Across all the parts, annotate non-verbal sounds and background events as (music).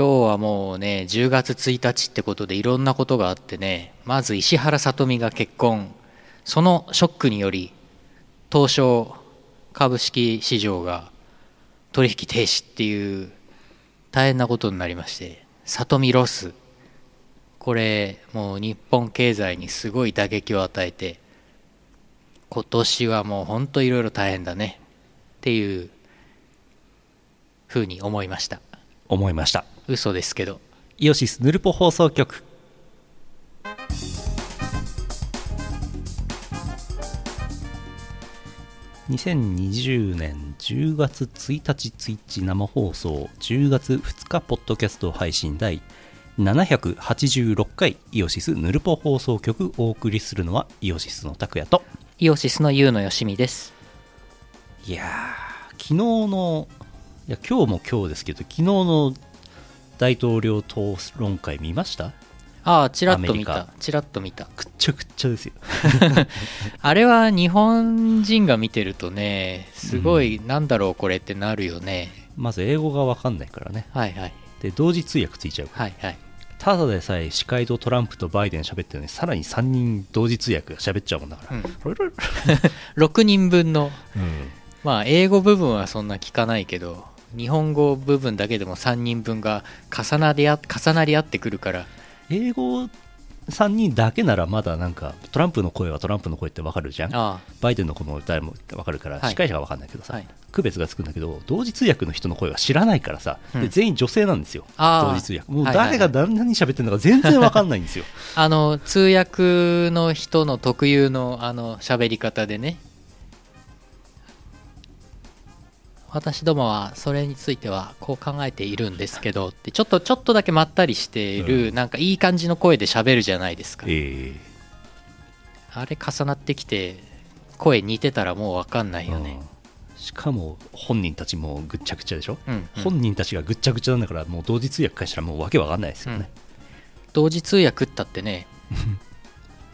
はもうね10月1日ってことでいろんなことがあってねまず石原さとみが結婚そのショックにより東証株式市場が取引停止っていう大変なことになりまして里見ロスこれもう日本経済にすごい打撃を与えて今年はもうほんといろいろ大変だねっていうふうに思いました思いました嘘ですけどイオシスヌルポ放送局2020年10月1日ツイッチ生放送10月2日ポッドキャスト配信第786回イオシスヌルポ放送局お送りするのはイオシスの拓也とイオシスの優のよしみですいやー昨日のいや今日も今日ですけど昨日の大統領討論会見ましたああちらっと見アメリたちらっと見たくっちゃくっちゃですよあれは日本人が見てるとねすごいなんだろうこれってなるよね、まず英語が分かんないからねはいはいで同時通訳ついちゃうはいはいただでさえ司会とトランプとバイデン喋ってるのにさらに3人同時通訳が喋っちゃうもんだから、うんロロロ6人分のうんまあ英語部分はそんな聞かないけど日本語部分だけでも3人分が重なりあ重なり合ってくるから英語3人だけならまだなんかトランプの声はトランプの声ってわかるじゃんあバイデンの声も誰もわかるからはい司会者がわかんないけどあさ、はい区別がつくんだけど同時通訳の人の声は知らないからさ、うんで全員女性なんですよあー同時通訳もうはいはいは誰いが何何喋ってるのか全然わかんない (laughs) んですよあの通訳の人の特有のあの喋り方でね私どもはそれについてはこう考えているんですけどってちょっとちょっとだけまったりしている、なんかいい感じの声で喋るじゃないですかえあれ重なってきて声似てたらもう分かんなえいよね、うんしかも本人たちもぐっちゃぐちゃでしょ、うんうん本人たちがぐっちゃぐちゃなんだからもう同時通訳からしたらもうわけわかんないですよね同時通訳ったって (laughs) ね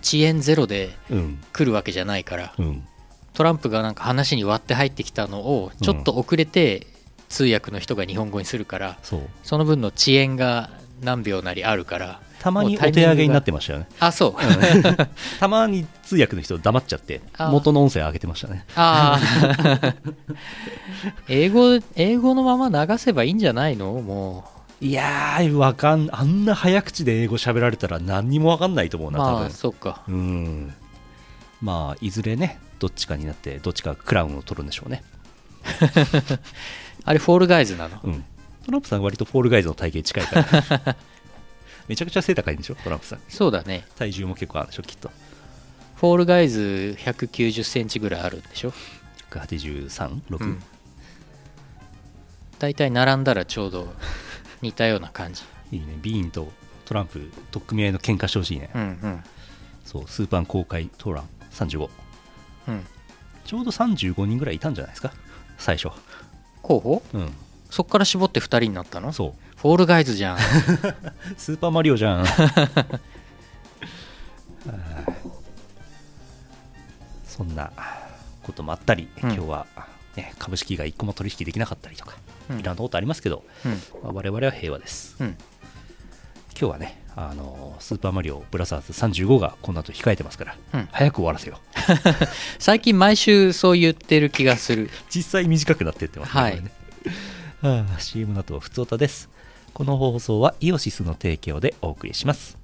遅延ゼロでうん来るわけじゃないからうん、トランプがなんか話に割って入ってきたのをちょっと遅れて通訳の人が日本語にするからそうその分の遅延が何秒なりあるからたまにもうおタイ手ミングが上げになってましたよねあそうたまに通訳の人黙っちゃってあー元の音声上げてましたね (laughs) ああ (laughs) 英語英語のまま流せばいいんじゃないのもいやーわかんあんな早口で英語喋られたら何にもわかんないと思ううな多ま分あ、そうかうんまあいずれねどっちかになってどっちかがクラウンを取るんでしょうね、あれフォールガイズなのうん、トランプさん割とフォールガイズの体型近いから (laughs) めちゃくちゃ背高いんでしょトランプさんそうだね体重も結構あるでしょきっとフォールガイズ1 9 0ンチぐらいあるんでしょ 183?6? うん大体並んだらちょうど似たような感じいいねビーンとトランプ取っ組み合いの喧嘩してほしいね、うんうんそうスーパー公開トラン35うんちょうど35人ぐらいいたんじゃないですか最初候補うんそっから絞って2人になったのフそうォールガイズ (laughs) じゃんスーパーマリオ (laughs) じゃんあーそんなこともあったり、うん今日は、ね、株式が1個も取引できなかったりとか、うんいろんなことありますけど、うんまあ我々は平和ですうん今日はねあのースーパーマリオブラザーズ35がこの後控えてますから、うん早く終わらせよう最近毎週そう言ってる気がする実際短くなってってますねはいこれねはあ CM の後はふつおたですこの放送はイオシスの提供でお送りします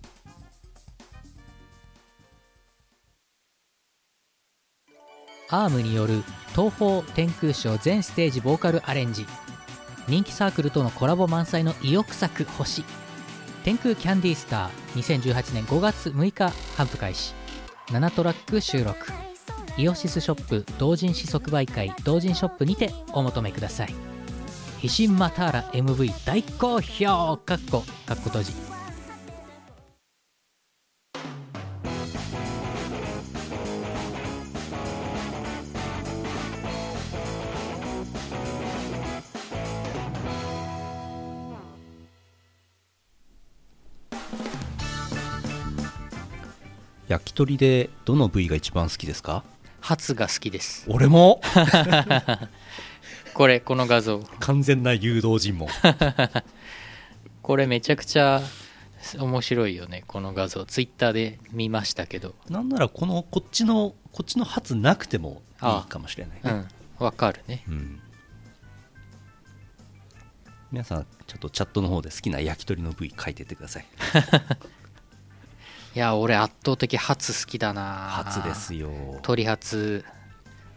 アームによる東方天空賞全ステージボーカルアレンジ人気サークルとのコラボ満載の意欲作「星」天空キャンディースター2018年5月6日頒布開始7トラック収録イオシスショップ同人誌即売会同人ショップにてお求めください「ヒシンマターラ MV 大好評」かっこかっこ閉じ焼き鳥でどの部位が一番好きですかハツが好きです俺もこれこの画像完全な誘導尋問ここれめちゃくちゃ面白いよねこの画像ツイッターで見ましたけどなんならこのこっちのこっちの発なくてもいいかもしれないうねんわかるねうん皆さんちょっとチャットの方で好きな焼き鳥の部位書いてってくださいいや俺圧倒的ハツ好きだな初ですよ鳥ハツ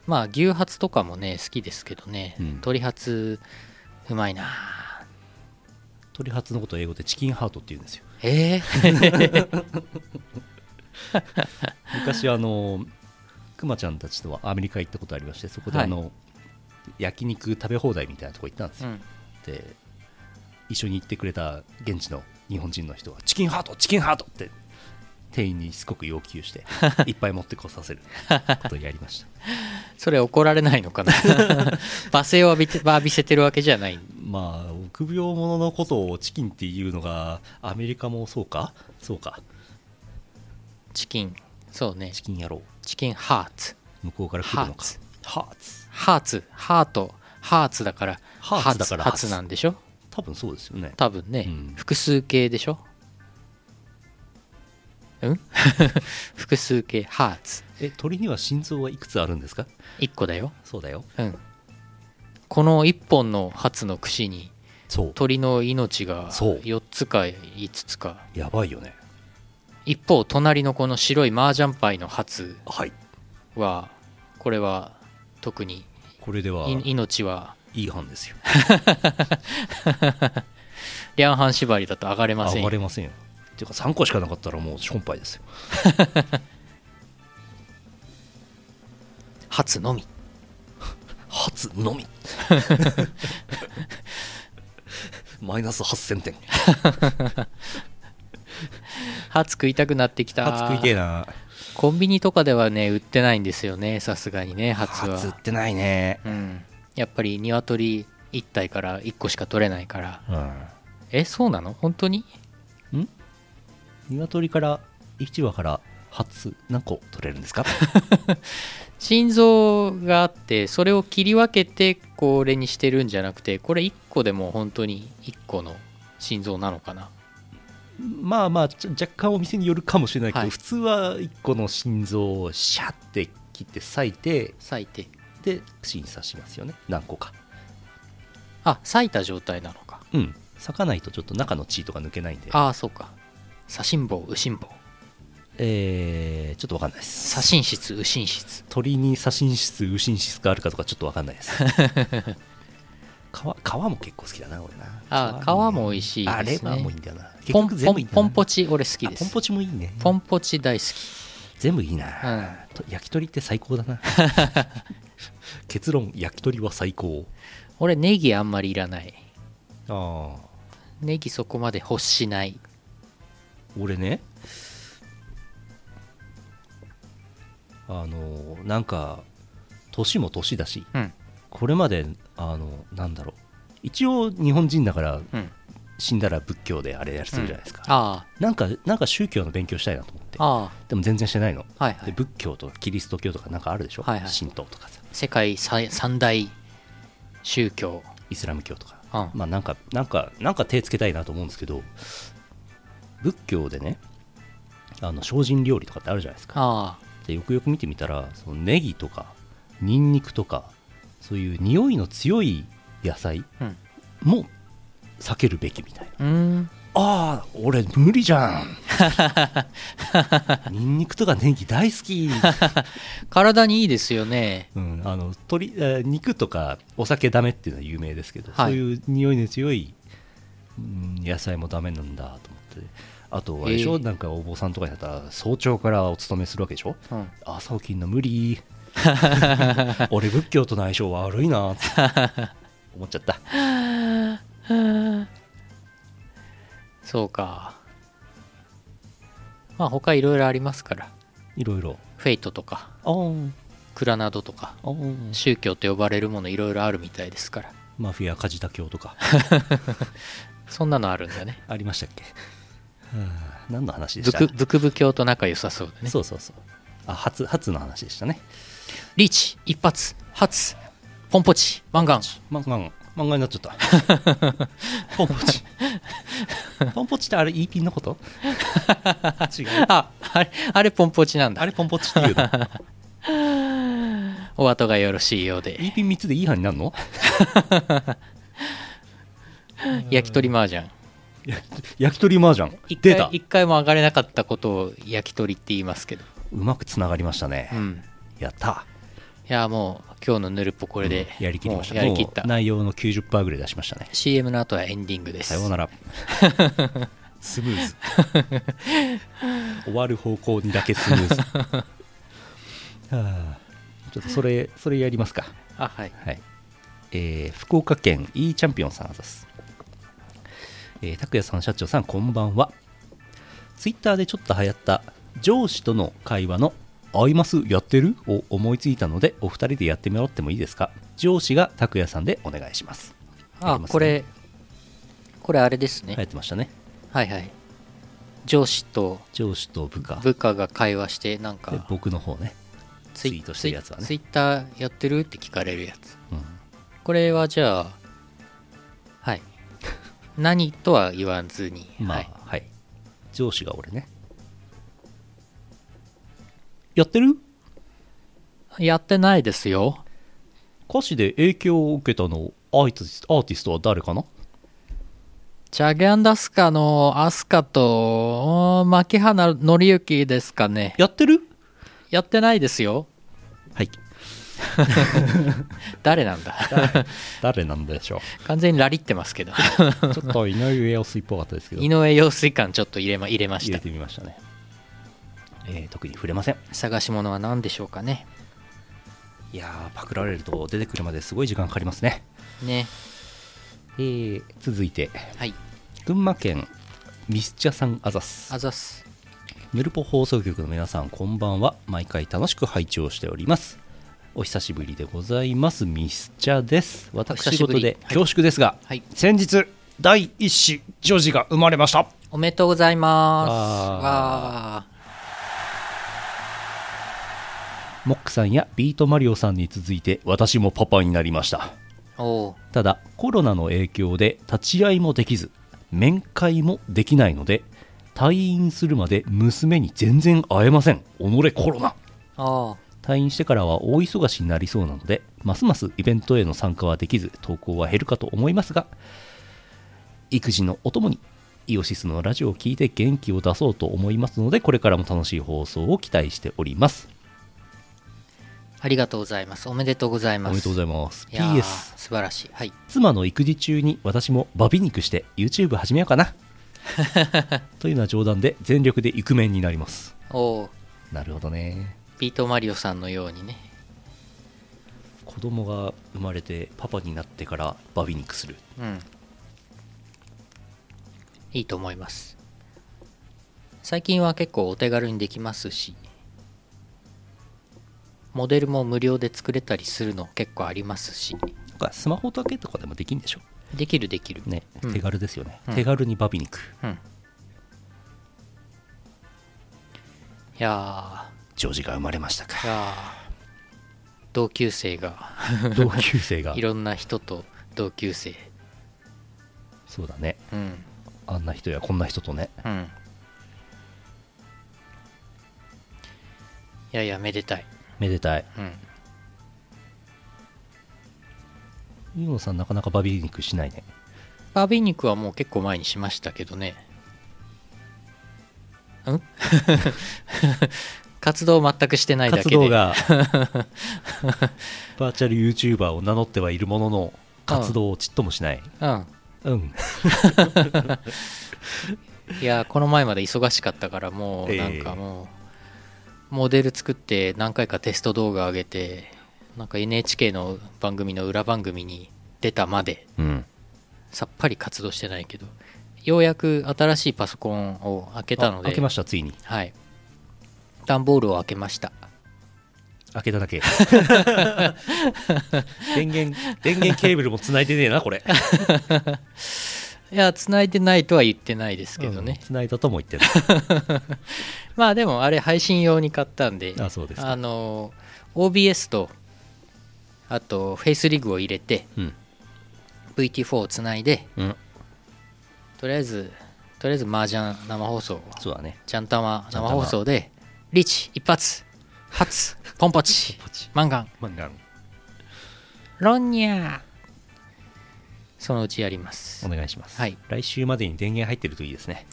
まあ牛ハツとかもね好きですけどね、うん鳥ハツうまいな鳥初のことを英語でチキンハートって言うんですよえー (laughs) 昔あのくまちゃんたちとはアメリカ行ったことありましてそこではいあの、焼肉食べ放題みたいなとこ行ったんですうよ、んで一緒に行ってくれた現地の日本人の人がチキンハートチキンハートって店員にしつこく要求して (laughs) いっぱい持ってこさせることをやりましたそれ怒られないのかな罵声を浴びて浴びせてるわけじゃない (laughs) まあ臆病者のことをチキンっていうのがアメリカもそうかそうかチキンそうねチキン野郎チキンハーツ向こうから来るのハーかツハーツハーツハートハーツだからハーツだからハーツなんでしょ多分そうですよね多分ね、うん複数形でしょうん (laughs) 複数形ハーツえ鳥には心臓はいくつあるんですか1個だよそうだようんこの1本のハツの串にそう鳥の命がそう4つか5つかやばいよね一方隣のこの白い麻雀パイのハツはいはこれは特にこれではい命はいい判ですよ両半縛りだと上がれません上よがれませんよていうか3個しかなかったらもうションパ (laughs) イですよハツのみ (laughs) 初のみ (laughs) マイナス8000点ハツ食いたくなってきた初食いてえなコンビニとかではね売ってないんですよねさすがにねハツは初売ってないねうん、やっぱり鶏1体から1個しか取れないからうんえそうなの本当に鶏から1羽から初何個取れるんですか (laughs) 心臓があってそれを切り分けてこれにしてるんじゃなくてこれ1個でも本当に1個の心臓なのかなまあまあちょ若干お店によるかもしれないけど、はい普通は1個の心臓をシャッて切って裂いて裂いてで串に刺しますよね何個かあ裂いた状態なのかうん裂かないとちょっと中の血とか抜けないんでああそうか左心房右心房えー、ちょっと分かんないです左心室右心室鳥に左心室右心室があるかとかちょっと分かん (laughs) ないです皮皮も結構好きだな俺なあ皮も美味しいですねあレバーもいいんだよな結ポン局全ポ部いいンんだよポなンポチ俺好きであポンすポチもいいねポンポチ大好き全部いいな、うんと焼き鳥って最高だ (laughs) な結論焼き鳥は最高俺ネギあんまりいらないああネギそこまで欲しない俺ねあのなんか年も年だしうんこれまであのなんだろう一応日本人だからうん死んだら仏教であれやるするじゃないですか、あなんかなんか宗教の勉強したいなと思ってああでも全然してないの、あはいはでい仏教とかキリスト教とかなんかあるでしょ、はいはい神道とかさ世界最三大宗教イスラム教とかうんまあなんかなんかなんか手つけたいなと思うんですけど仏教でねあの精進料理とかってあるじゃないですかあでよくよく見てみたらそのネギとかニンニクとかそういう匂いの強い野菜あうんも避けるべきみたいなうーんああ俺無理じゃ (laughs) んニンニクとかネギ大好 (laughs) き、体にいいですよねうん、あの鶏えー肉とかお酒ダメっていうのは有名ですけど、はいそういう匂いの強い、うん野菜もダメなんだと思ってあとあれでしょ、えーなんかお坊さんとかになったら早朝からお勤めするわけでしょうん朝起きんの無 (laughs) 理俺仏教との相性悪いなって思っちゃったそうかまあ他いろいろありますからいろいろフェイトとかあークラナドとかあー宗教と呼ばれるものいろいろあるみたいですからマフィア梶田教とかそんなのあるんだねありましたっけ、はあ何の話でブしたクブクブ教と仲良さそうでねそうそうそうあ初初の話でしたねリーチ一発発ポンポチワンガンまあまあ漫画になっちゃった (laughs) ポンポチポンポチってあれ E ピンのこと (laughs) 違うああれあれポンポチなんだあれポンポチって (laughs) いうのお後がよろしいよう E でピン3つでいい派になるの焼き鳥麻雀焼き鳥麻雀一出た回一回も上がれなかったことを焼き鳥って言いますけどうまくつながりましたね、うんやったいやもう今日のぬるっぽこれで、やりきりましたもうやりきったもう内容の90%ぐらい出しましたね CM の後はエンディングですさよ (laughs) うならスムーズ終わる方向にだけスム (laughs) ーズはあちょっとそれそれやりますかあはいはいえー福岡県 E チャンピオンさんあざす、えー、拓也さん社長さんこんばんはツイッターでちょっと流行った上司との会話の「合いますやってる?」を思いついたのでお二人でやってもらってもいいですか上司が拓也さんでお願いしますやありますねこれこれあれですね、流行ってましたねはいはい上司と上司と部下部下が会話してなんでか僕の方ねツイツイートしてるやつはねツイツイッターやってるって聞かれるやつうんこれはじゃあはい (laughs) 何とは言わずに、まあははいい、、上司が俺ねやってるやってないですよ歌詞で影響を受けたのアーティスアーティストは誰かなチャゲアンダスカのアスカと牧原紀之ですかねやってるやってないですよはい誰なんだ (laughs) (laughs) 誰なんでしょ完全にラリってます (laughs) けど (laughs) うちょっと井上陽水っぽかったですけど井上陽水館ちょっと入れま入れまし入たれてみましたね、えー特に触れません探し物は何でしょうかねいやーパクられると出てくるまですごい時間かかりますね、ねえー続いてはい群馬県ミスチャさんあざすあざっすヌルポ放送局の皆さんこんばんは毎回楽しく拝聴しておりますお久しぶりでございますミスチャですお久私しぶり事で恐縮ですが、はい先日第一子ジョージが生まれましたおめでとうございますわわあモックさんやビートマリオさんに続いて私もパパになりましたおうただコロナの影響で立ち会いもできず面会もできないので退院するまで娘に全然会えません己コロナああ退院してからは大忙しになりそうなのでますますイベントへの参加はできず投稿は減るかと思いますが育児のお供にイオシスのラジオを聞いて元気を出そうと思いますのでこれからも楽しい放送を期待しておりますありがとうございますおめでとうございおますめでとうございいますやー PS 素晴らしいはい妻の育児中に私もバビ肉して YouTube 始めよう (laughs) かなというのは冗談で全力でイクメンになりますおうなるほどねビートマリオさんのようにね子供が生まれてパパになってからバビ肉するうんいいと思います最近は結構お手軽にできますしモデルも無料で作れたりするの結構ありますしなんかスマホだけとかでもできんでしょできるできるね、うん手軽ですよね、うん手軽にバビ肉うんいやジョージが生まれましたーいかやー同級生が (laughs) 同級生が (laughs) いろんな人と同級生そうだねうんあんな人やこんな人とねうんいやいやめでたいめでたいうんユノさんなかなかバビ肉しないねバービー肉はもう結構前にしましたけどねん (laughs) 活動全くしてないだけで活 (laughs) 動がバーチャル YouTuber を名乗ってはいるものの活動をちっともしないうんうんいやーこの前まで忙しかったからもうええなんかもうモデル作って何回かテスト動画上げてなんか NHK の番組の裏番組に出たまでうんさっぱり活動してないけどようやく新しいパソコンを開けたのあで開けましたついにはい段ボールを開けました開けた (laughs) だけ電源電源ケーブルもつないでねえ (laughs) なこれいや繋いでないとは言ってないですけどうんね、つないだとも言ってるまあでもあれ配信用に買ったんであそうですかあの OBS とあとフェイスリグを入れてうん VT4 をつないでうんとりあえずとりあえず麻雀生放送そうだねちゃんたまちゃん生たま放送でリーチ一発発ポンポ (laughs) チマンガンマンガンロンニャーそのうちやりますお願いします、はい来週までに電源入ってるといいですね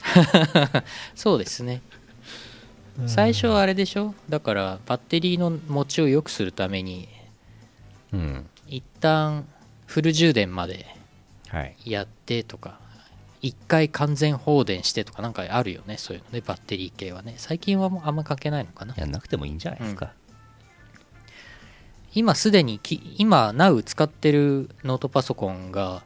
(laughs) そうですね最初はあれでしょだからバッテリーの持ちを良くするためにうん一旦フル充電まではいやってとか一回完全放電してとかなんかあるよねそういうのねバッテリー系はね最近はもうあんま関係ないのかなやんなくてもいいんじゃないですか、今すでにき今 Now 使ってるノートパソコンが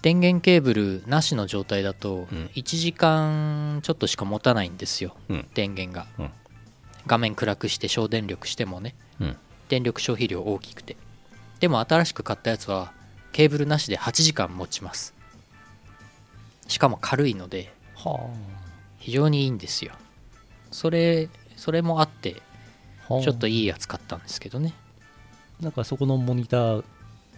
電源ケーブルなしの状態だとうん1時間ちょっとしか持たないんですよ、うん電源が、うん画面暗くして省電力してもねうん電力消費量大きくてでも新しく買ったやつはケーブルなしで8時間持ちますしかも軽いのでは非常にいいんですよそれそれもあってあはあちょっといいやつ買ったんですけどねなんかそこのモニター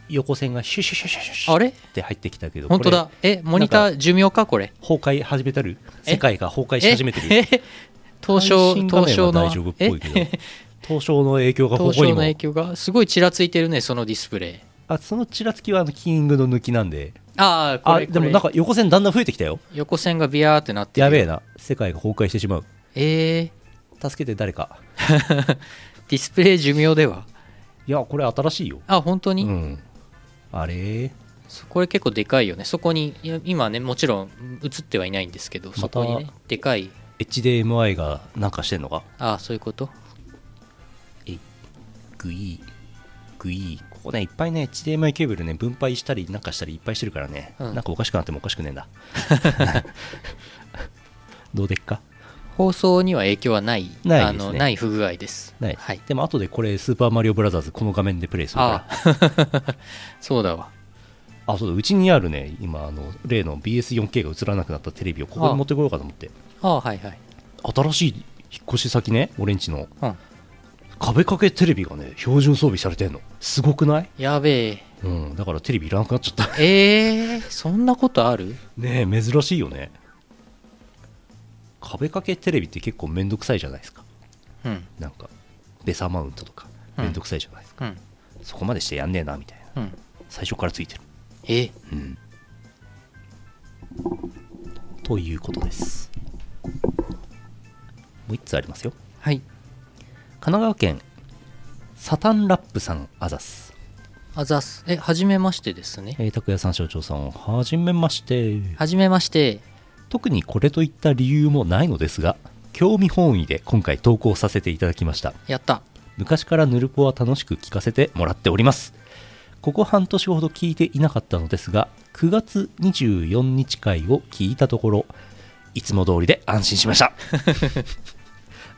横線がシュシュシュシュシュシュあれって入ってきたけど本当こだえモニター寿命かこれれ崩壊始めたるえ世界が崩壊しえ始めてるえ東証最新画東面証はの大丈夫っぽいけどえ東証の影響がこ東こ証にのも影響がすごいちらついてるねそのディスプレイあそのちらつきはあのキーングの抜きなんでああこあれでもなんこか横線だんだん増えてきたよれ横線がビヤーってなってるやべえな世界が崩壊してしまうえー助けて誰か (laughs) ディスプレイ寿命ではいやこれ新しいよあ本当うに、んあれそこれ結構でかいよねそこにいや今ねもちろん映ってはいないんですけどそこにねまでかい HDMI がなんかしてんのかああそういうことえいグイーグイーここねいっぱいね HDMI ケーブルね分配したりなんかしたりいっぱいしてるからね、うんなんかおかしくなってもおかしくねえ (laughs) んだどうでっか放送には影響はないないあですねのない不具合ですない、はい、でも後でこれ「スーパーマリオブラザーズ」この画面でプレイするからああ (laughs) そうだわあそうだうちにあるね今あの例の BS4K が映らなくなったテレビをここに持ってこようかと思ってああはいはい、新しい引っ越し先ね俺んちのうん、壁掛けテレビがね標準装備されてんのすごくないやべえうんだからテレビいらなくなっちゃった (laughs) えー、そんなことあるねえ珍しいよね壁掛けテレビって結構めんどくさいじゃないですかうんなんかベサマウントとかうんめんどくさいじゃないですか、うんそこまでしてやんねえなみたいなうん最初からついてるえうんということですもう1つありますよはい神奈川県サタンラップさんあざすあざっすえはじめましてですねえー拓也さん、省庁さん、はじめまして。はじめまして特にこれといった理由もないのですが、興味本位で今回投稿させていただきました。やった昔からヌルポは楽しく聞かせてもらっております。ここ半年ほど聞いていなかったのですが、9月24日会を聞いたところ、いつも通りで安心しました。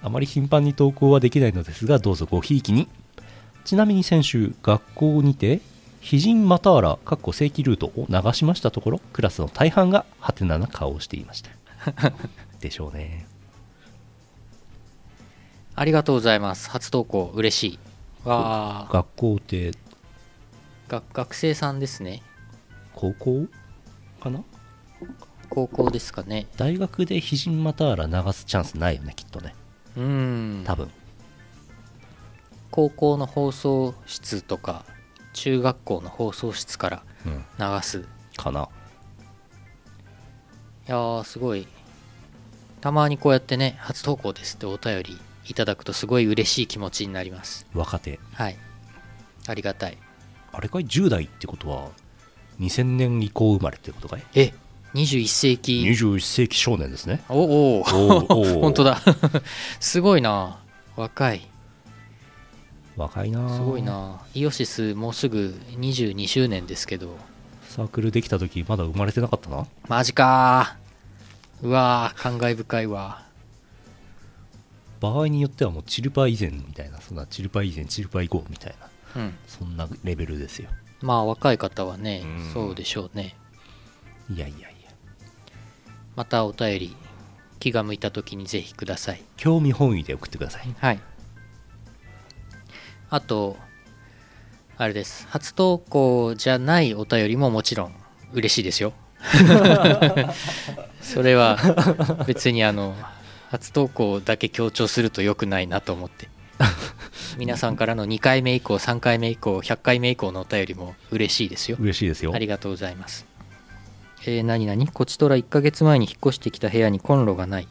あまり頻繁に投稿はできないのですが、どうぞごひいきに。ちなみに先週、学校にて、非人またあら、かっこ正規ルートを流しましたところ、クラスの大半がハテナな顔をしていました。でしょうね。ありがとうございます初投稿嬉しいわあ学校ってが学生さんですね高校かな高校ですかね大学でヒジンマターラ流すチャンスないよねきっとねうーん多分高校の放送室とか中学校の放送室からうん流すいかなやーすごいたまにこうやってね初投稿ですってお便りいただくとすごい嬉しい気持ちになります若手はいありがたいあれかい10代ってことは2000年以降生まれってことかいえ21世紀21世紀少年ですねおおおおお (laughs) お本当だすごいな若い若いなすごいなイオシスもうすぐ22周年ですけどサークルできた時まだ生まれてなかったなマジかーうわー感慨深いわ場合によってはもうチルパ以前みたいなそんなチルパ以前チルパ以後みたいなうんそんなレベルですよまあ若い方はねうんそうでしょうねいやいやいやまたお便り気が向いた時にぜひください興味本位で送ってくださいはいあとあれです初投稿じゃないお便りももちろん嬉しいですよそれは別にあの初投稿だけ強調すると良くないなと思って皆さんからの2回目以降3回目以降100回目以降のお便りも嬉しいですよ嬉しいですよありがとうございます。えー、何々こちとら1ヶ月前に引っ越してきた部屋にコンロがない。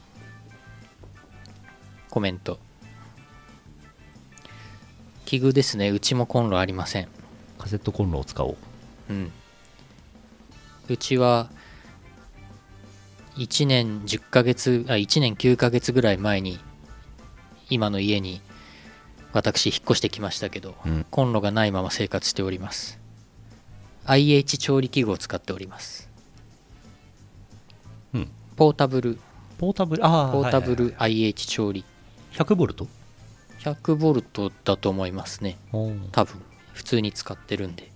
コメント。奇遇ですね。うちもコンロありません。カセットコンロを使おううん。うちは、1年10ヶ月、あ、1年9ヶ月ぐらい前に、今の家に、私、引っ越してきましたけど、うんコンロがないまま生活しております。IH 調理器具を使っております。うんポータブル、ポータブルああポータブはいル IH 調理。 100ボルト100ボルトだと思いますね。多分。普通に使ってるんで。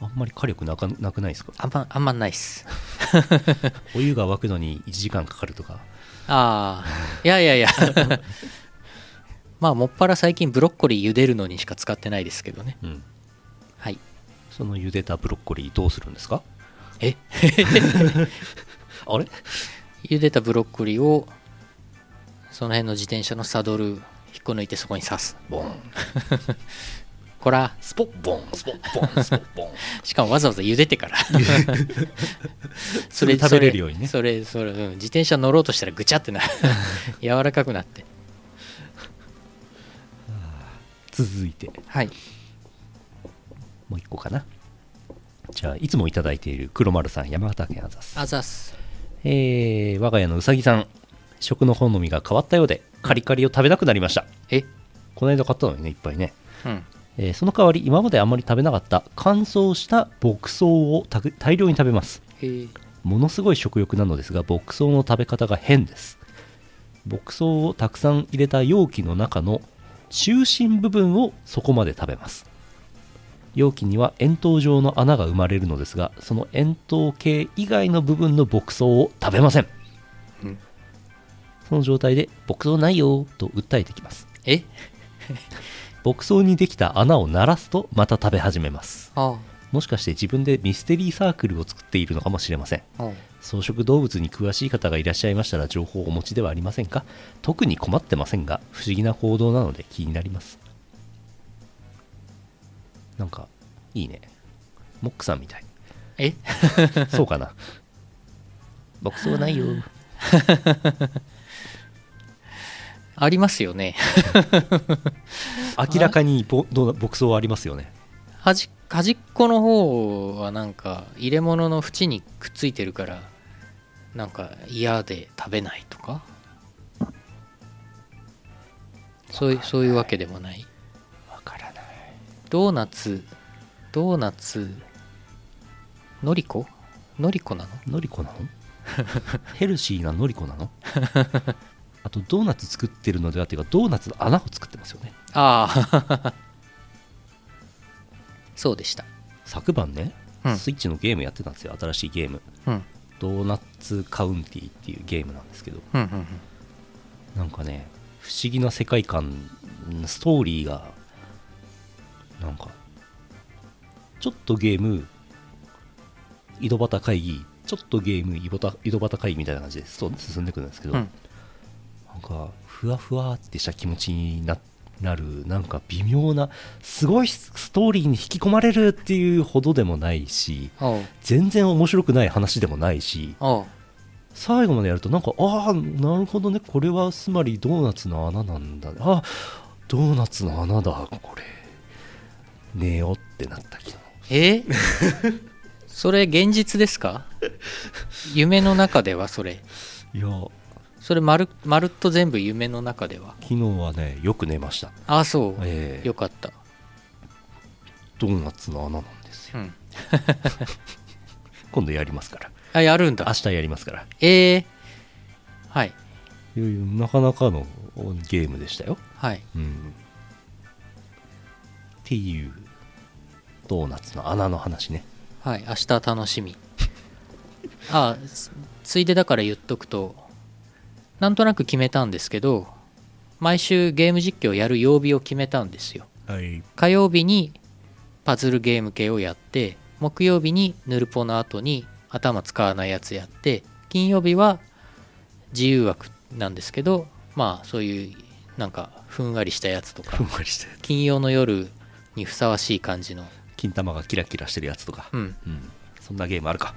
あんまり火力なかなくないですかあんま、あんまないっす。お湯が沸くのに1時間かかるとかああ、(laughs) いやいやい (laughs) や。まあ、もっぱら最近ブロッコリー茹でるのにしか使ってないですけどね。うんはい。その茹でたブロッコリーどうするんですかえあれ茹でたブロッコリーを、その辺の自転車のサドル、引っこ抜いてそこに刺す。ボンこら、スポッボンスポッボンスポッボンしかもわざわざ茹でてから。 (laughs) それ食べれるようにねそれ、それ、それうん自転車乗ろうとしたらぐちゃって (laughs) なる。柔らかくなって。続いてはい。もう一個かなじゃあいつもいただいている黒丸さん山形県あざすあざっす。えー我が家のうさぎさん食の好みが変わったようでカリカリを食べなくなりましたえこの間買ったのにねいっぱいね、うん。えーその代わり今まであんまり食べなかった乾燥した牧草をたく大量に食べますへーものすごい食欲なのですが牧草の食べ方が変です牧草をたくさん入れた容器の中の中心部分をそこまで食べます容器には円筒状の穴が生まれるのですがその円筒形以外の部分の牧草を食べません、うんその状態で牧草ないよと訴えてきますえ牧草にできた穴を鳴らすとまた食べ始めますあもしかして自分でミステリーサークルを作っているのかもしれませんあ。うん草食動物に詳しい方がいらっしゃいましたら情報をお持ちではありませんか特に困ってませんが不思議な行動なので気になりますなんかいいねモックさんみたいえそうかな (laughs) 牧草ないよありますよね。明らかにぼどうな牧草はありますよね端端っこの方はなんか入れ物の縁にくっついてるからなんか嫌で食べないとかそういうそういうわけでもないわからないドーナツドーナツのりこのりこなののりこなのヘルシーなのりこな (laughs) のあとドーナツ作ってるのではっていうかドーナツの穴を作ってますよねああ (laughs) そうでした昨晩ね、うんスイッチのゲームやってたんですよ新しいゲームうんドーナツカウンティっていうゲームなんですけどうんうんうんなんかね不思議な世界観ストーリーがなんかちょっとゲーム井戸端会議ちょっとゲーム井戸端井戸端会議みたいな感じでそう進んでくるんですけど、うんなんかふわふわってした気持ちにななるなんか微妙なすごいストーリーに引き込まれるっていうほどでもないしおう全然面白くない話でもないしおう最後までやるとなんかああなるほどねこれはつまりドーナツの穴なんだあドーナツの穴だこれ寝ようってなったけどえそれ現実ですか夢の中ではそれいやそれまるまるっと全部夢の中では昨日はねよく寝ました、ああそう、ええよかったドーナツの穴なんですようん今度やりますからあやるんだ明日やりますからええはいいやいやなかなかのゲームでしたよはいうんっていうドーナツの穴の話ねはい明日楽しみああつついでだから言っとくとなんとなく決めたんですけど毎週ゲーム実況やる曜日を決めたんですよはい火曜日にパズルゲーム系をやって木曜日にヌルポの後に頭使わないやつやって金曜日は自由枠なんですけどまあそういうなんかふんわりしたやつとかふんわりして金曜の夜にふさわしい感じの金玉がキラキラしてるやつとか、うんうんそんなゲームあるか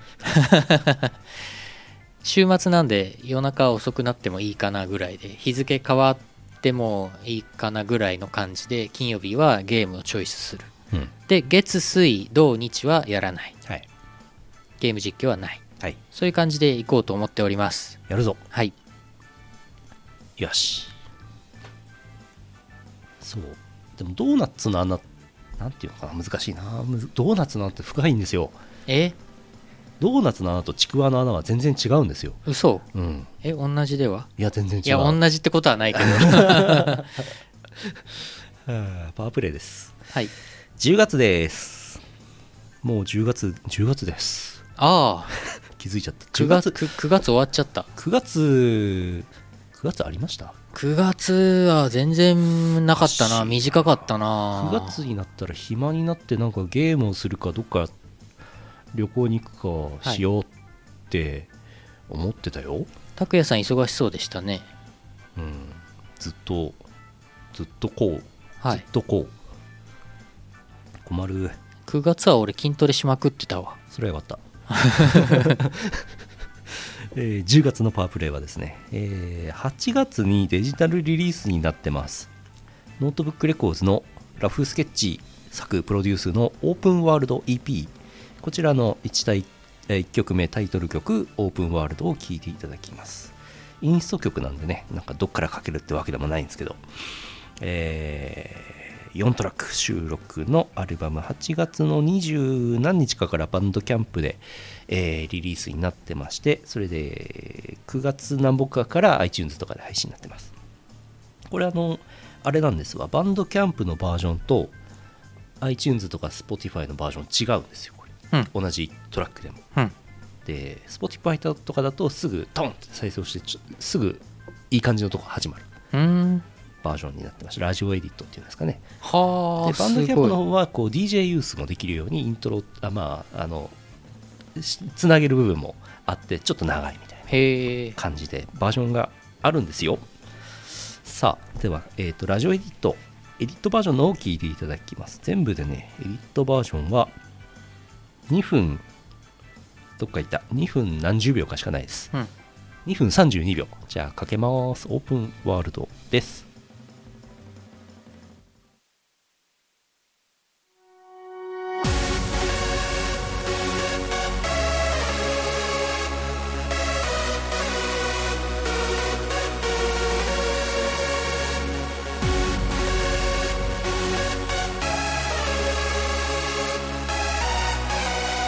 週末なんで夜中遅くなってもいいかなぐらいで日付変わってもいいかなぐらいの感じで金曜日はゲームをチョイスするうんで月水土日はやらないはいゲーム実況はないはいそういう感じでいこうと思っておりますやるぞはいよしそうでもドーナツの穴なんていうのかな難しいなむずドーナツの穴って深いんですよえドーナツの穴とちくわの穴は全然違うんですよ嘘うんえ同じではいや全然違ういや同じってことは (laughs) ないけどはあパワープレイですはい10月ですもう10月10月ですああ気づいちゃった9 10月月9 9月終わっちゃった9月9月ありました9月は全然なかったな短かったな9月になったら暇になってなんかゲームをするかどっか旅行に行くかしようって思ってたよ、拓也さん忙しそうでしたねうん、ずっとずっとこう、はずいっとこう困る9月は俺筋トレしまくってたわそれはよかった、 (laughs) えー10月のパワープレイはですね、えー8月にデジタルリリースになってますノートブックレコーズのラフスケッチ作プロデュースのオープンワールド EP こちらの 1, 対えー一曲目タイトル曲オープンワールドを聴いていただきますインスト曲なんでねなんかどっからかけるってわけでもないんですけどえー4トラック収録のアルバム8月の20何日かからバンドキャンプで、えーリリースになってましてそれで9月何本かから iTunes とかで配信になってますこれあのあれなんですわバンドキャンプのバージョンと iTunes とか Spotify のバージョン違うんですよこれうん同じトラックでもうんで Spotify とかだとすぐトンって再生をしてちょすぐいい感じのとこ始まるうーんバージョンになってましたラジオエディットっていうんですかねはであバンドすキャンプごいの方はこう DJ ユースもできるようにイントロあまああのしつなげる部分もあってちょっと長いみたいなへえ感じでバージョンがあるんですよさあでは、えー、とラジオエディットエディットバージョンのを聞いていただきます全部でねエディットバージョンは2分どっか行った2分何十秒かしかないですうん2分32秒じゃあかけますオープンワールドです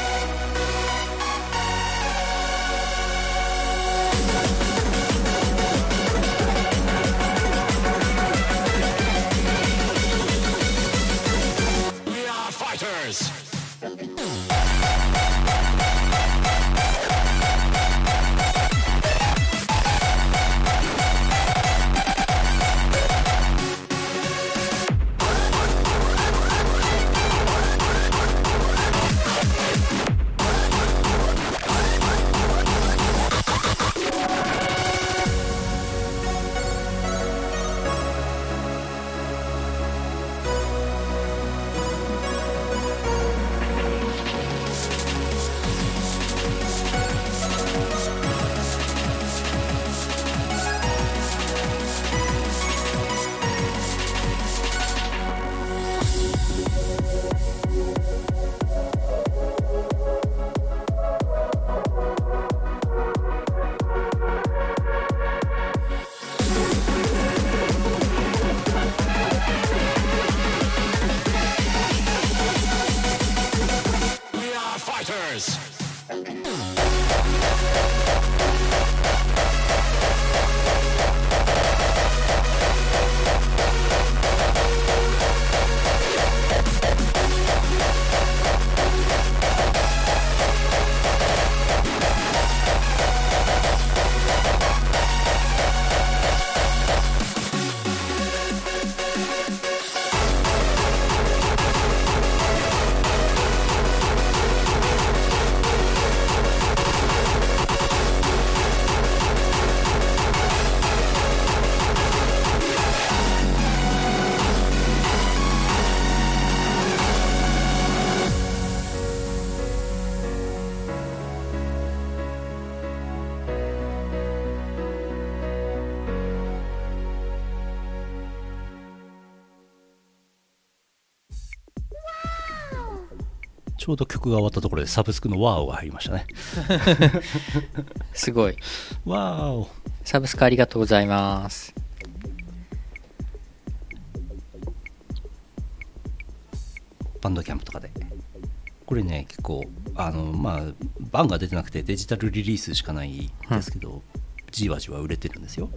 「ちょうど曲が終わったところでサブスクの「ワーオ」が入りましたねすごいワーオサブスクありがとうございますバンドキャンプとかでこれね結構あのまあバンが出てなくてデジタルリリースしかないですけど、じわじわ売れてるんですよ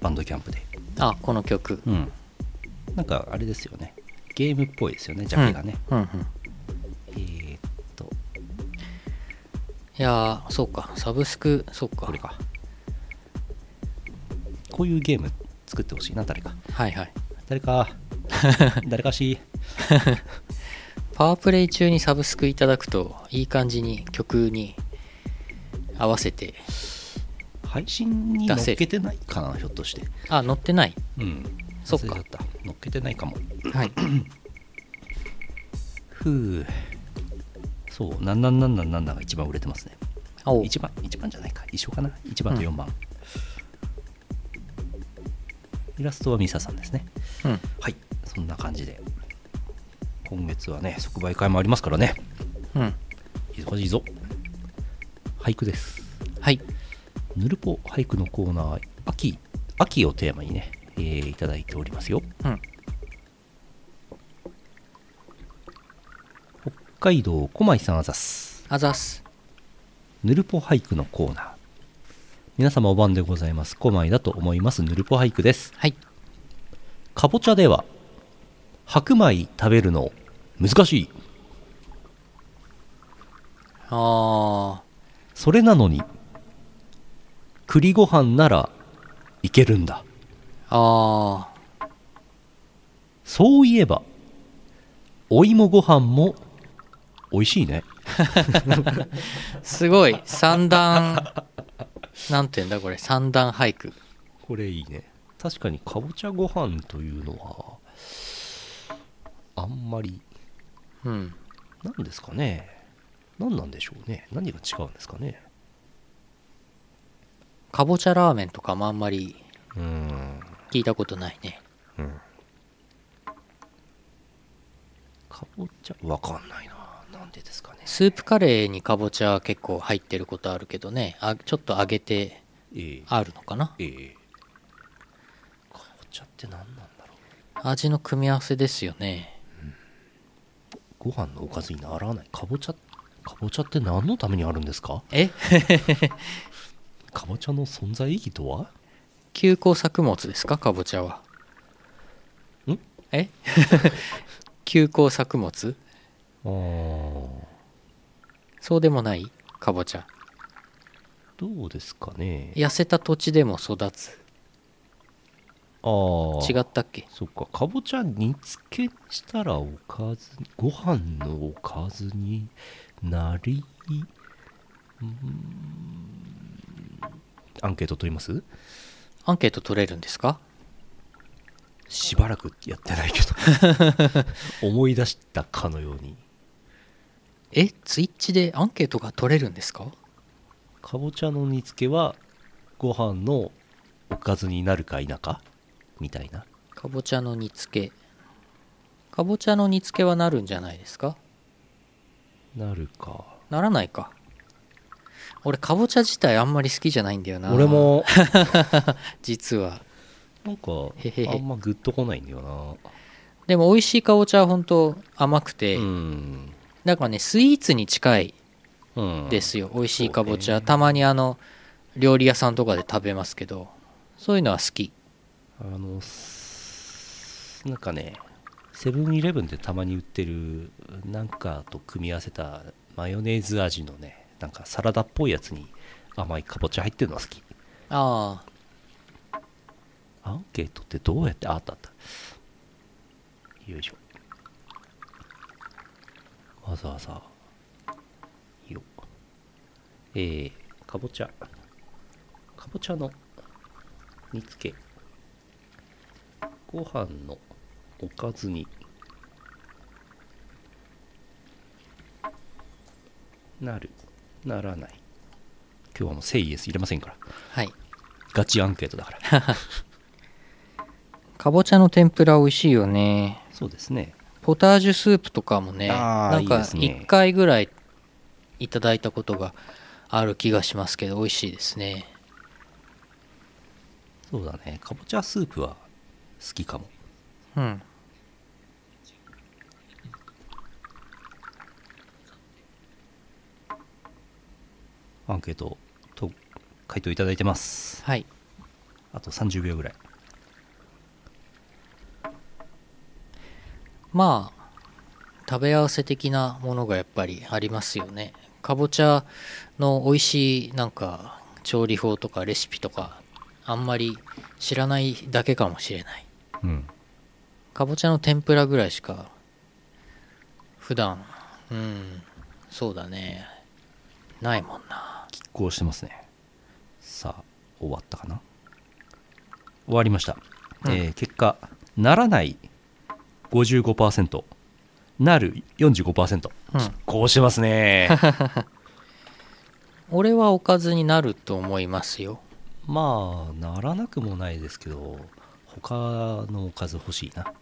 バンドキャンプであこの曲うんなんかあれですよねゲームっぽいですよねジャケがね、うんうんえーっといやーそうかサブスクそうかこれかこういうゲーム作ってほしいな誰かはいはい (laughs) 誰か誰かしパワープレイ中にサブスクいただくといい感じに曲に合わせて配信に乗っけてないかなひょっとしてあ載ってないうんそっか忘れちゃった乗っけてないかもはいふうそうなんなんなんなんなんなんが一番売れてますねお一番一番じゃないか一緒かな一番と4番、イラストはミサさんですねうんはいそんな感じで今月はね即売会もありますからねうん忙しいぞ俳句ですはいぬるぽ俳句のコーナー秋秋をテーマにね、えーいただいておりますようん北海道小井さんあざすあざっすぬるぽ俳句のコーナー皆様お晩でございます小前だと思いますぬるぽ俳句ですはいかぼちゃでは白米食べるの難しいあそれなのに栗ご飯ならいけるんだーあそういえばお芋ご飯も美味しいねーすごい三段なんていうんだこれ三段俳句これいいね確かにかぼちゃご飯というのはあんまりうん何ですかね何なんでしょうね何が違うんですかねかぼちゃラーメンとかもあんまりうーん聞いたことないねうんかぼちゃわかんないななんでですかねスープカレーにかぼちゃ結構入ってることあるけどねあちょっと揚げてええあるのかなええかぼちゃって何なんだろう味の組み合わせですよねご飯のおかずにならないかぼちゃかぼちゃって何のためにあるんですかえ (laughs) かぼちゃの存在意義とは休耕作物ですかかぼちゃはんえ (laughs) 休耕作物あーそうでもないかぼちゃどうですかね痩せた土地でも育つああ違ったっけそっかかぼちゃ煮付けにしたらおかずにご飯のおかずになりうーんアンケート取りますアンケート取れるんですかしばらくやってない (laughs) けど思い出したかのようにえツイッチでアンケートが取れるんですかかぼちゃの煮付けはご飯のおかずになるか否かみたいなかぼちゃの煮付けかぼちゃの煮付けはなるんじゃないですかなるかならないか俺かぼちゃ自体あんまり好きじゃないんだよな俺も (laughs) 実はなんかへへへあんまグッとこないんだよでも美味しいかぼちゃは本当甘くて、なうんだからねスイーツに近いうんですよ、美味しいかぼちそうゃ、ねたまにあの料理屋さんとかで食べますけどそういうのは好きあのすなんかねセブンイレブンでたまに売ってるなんかと組み合わせたマヨネーズ味のねなんかサラダっぽいやつに甘いかぼちゃ入ってるのは好きああアンケートってどうやってああったあったよいしょわざわざよえー、かぼちゃかぼちゃの煮付けご飯のおかずになるならない今日はもう「セイエス」入れませんからはいガチアンケートだからかぼちゃの天ぷら美味しいよねそうですね。ポタージュスープとかもねあーなんいいかですね1回ぐらいいただいたことがある気がしますけど美味しいですねそうだねかぼちゃスープは好きかもうんアンケートと回答いただいてますはいあと30秒ぐらいまあ食べ合わせ的なものがやっぱりありますよねかぼちゃの美味しいなんか調理法とかレシピとかあんまり知らないだけかもしれないうんかぼちゃの天ぷらぐらいしか普段うんそうだねないもんな拮抗してますねさあ終わったかな終わりました、うんえー結果ならない55%なる45%、うん拮抗してますね俺はおかずになると思いますよ (laughs) まあならなくもないですけど他のおかず欲しいな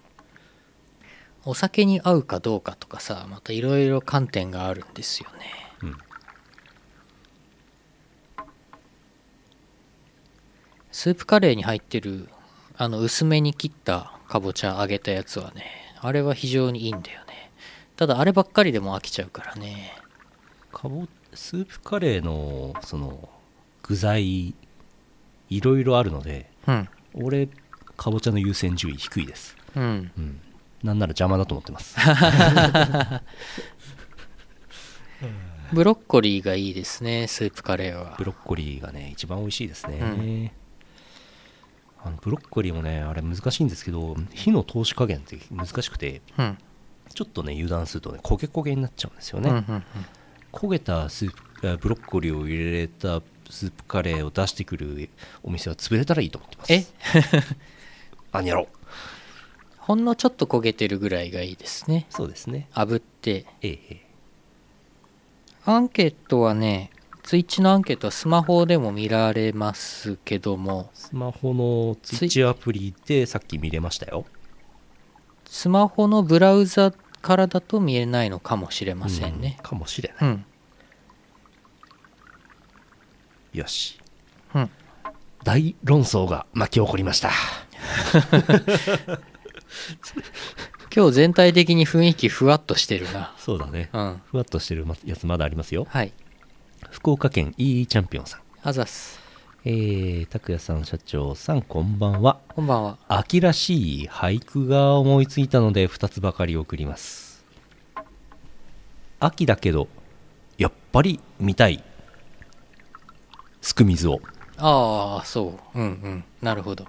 お酒に合うかどうかとかさまたいろいろ観点があるんですよねうんスープカレーに入ってるあの薄めに切ったかぼちゃ揚げたやつはねあれは非常にいいんだよねただあればっかりでも飽きちゃうからねかぼスープカレーのその具材いろいろあるのでうん俺かぼちゃの優先順位低いです、うんうん、なんなら邪魔だと思ってますブロッコリーがいいですねスープカレーはブロッコリーがね一番美味しいですね、うんあのブロッコリーもねあれ難しいんですけど火の通し加減って難しくてうんちょっとね油断するとね焦げ焦げになっちゃうんですようね、んうんうん焦げたスープあブロッコリーを入れたスープカレーを出してくるお店は潰れたらいいと思ってますえ (laughs) あやろうほんのちょっと焦げてるぐらいがいいですねそうですね炙ってえええアンケートはねツイッチのアンケートはスマホでも見られますけどもスマホのツイッチアプリでさっき見れましたよスマホのブラウザからだと見えないのかもしれませんねうかもしれなうんいよしうん大論争が巻き起こりました今日全体的に雰囲気ふわっとしてるなそうだねうんふわっとしてるやつまだありますよはい福岡県 EE チャンピオンさんあざっすえー、拓也さん社長さんこんばんはこんばんは秋らしい俳句が思いついたので2つばかり送ります秋だけどやっぱり見たいすく水をああそううんうんなるほど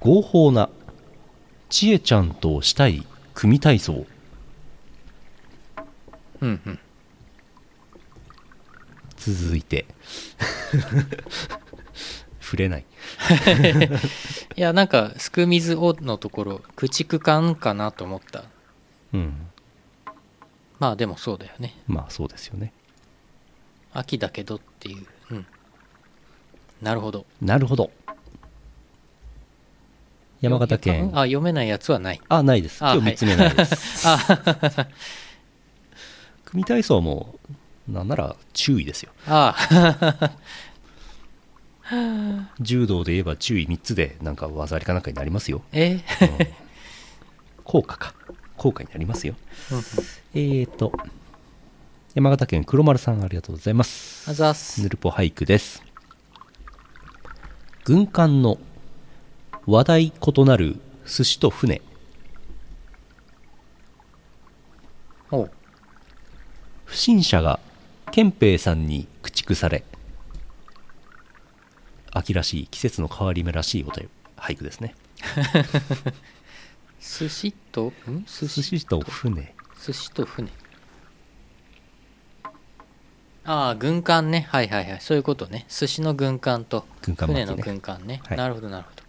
合法な千恵ちゃんとしたい組体操うんうん続いて (laughs) 触れないいやなんか「すく水を」のところ駆逐艦かなと思ったうんまあでもそうだよねまあそうですよね秋だけどっていううんなるほどなるほど山形県あ読めないやつはないあないですあ今日はい3つ目ないです、 (laughs) あ組体操もなんなら注意ですよあ柔道で言えば注意3つでなんか技ありかなんかになりますよ、え (laughs) うん効果か効果になりますよえーと山形県黒丸さんありがとうございますあざっすぬるぽ俳句です軍艦の話題異なる寿司と船おう不審者が憲兵さんに駆逐され秋らしい季節の変わり目らしいお便り俳句ですね寿司とん寿寿司司と船寿司と船ああ軍艦ねはいはいはいそういうことね寿司の軍艦と軍艦船巻のきね軍艦ねはいなるほどなるほど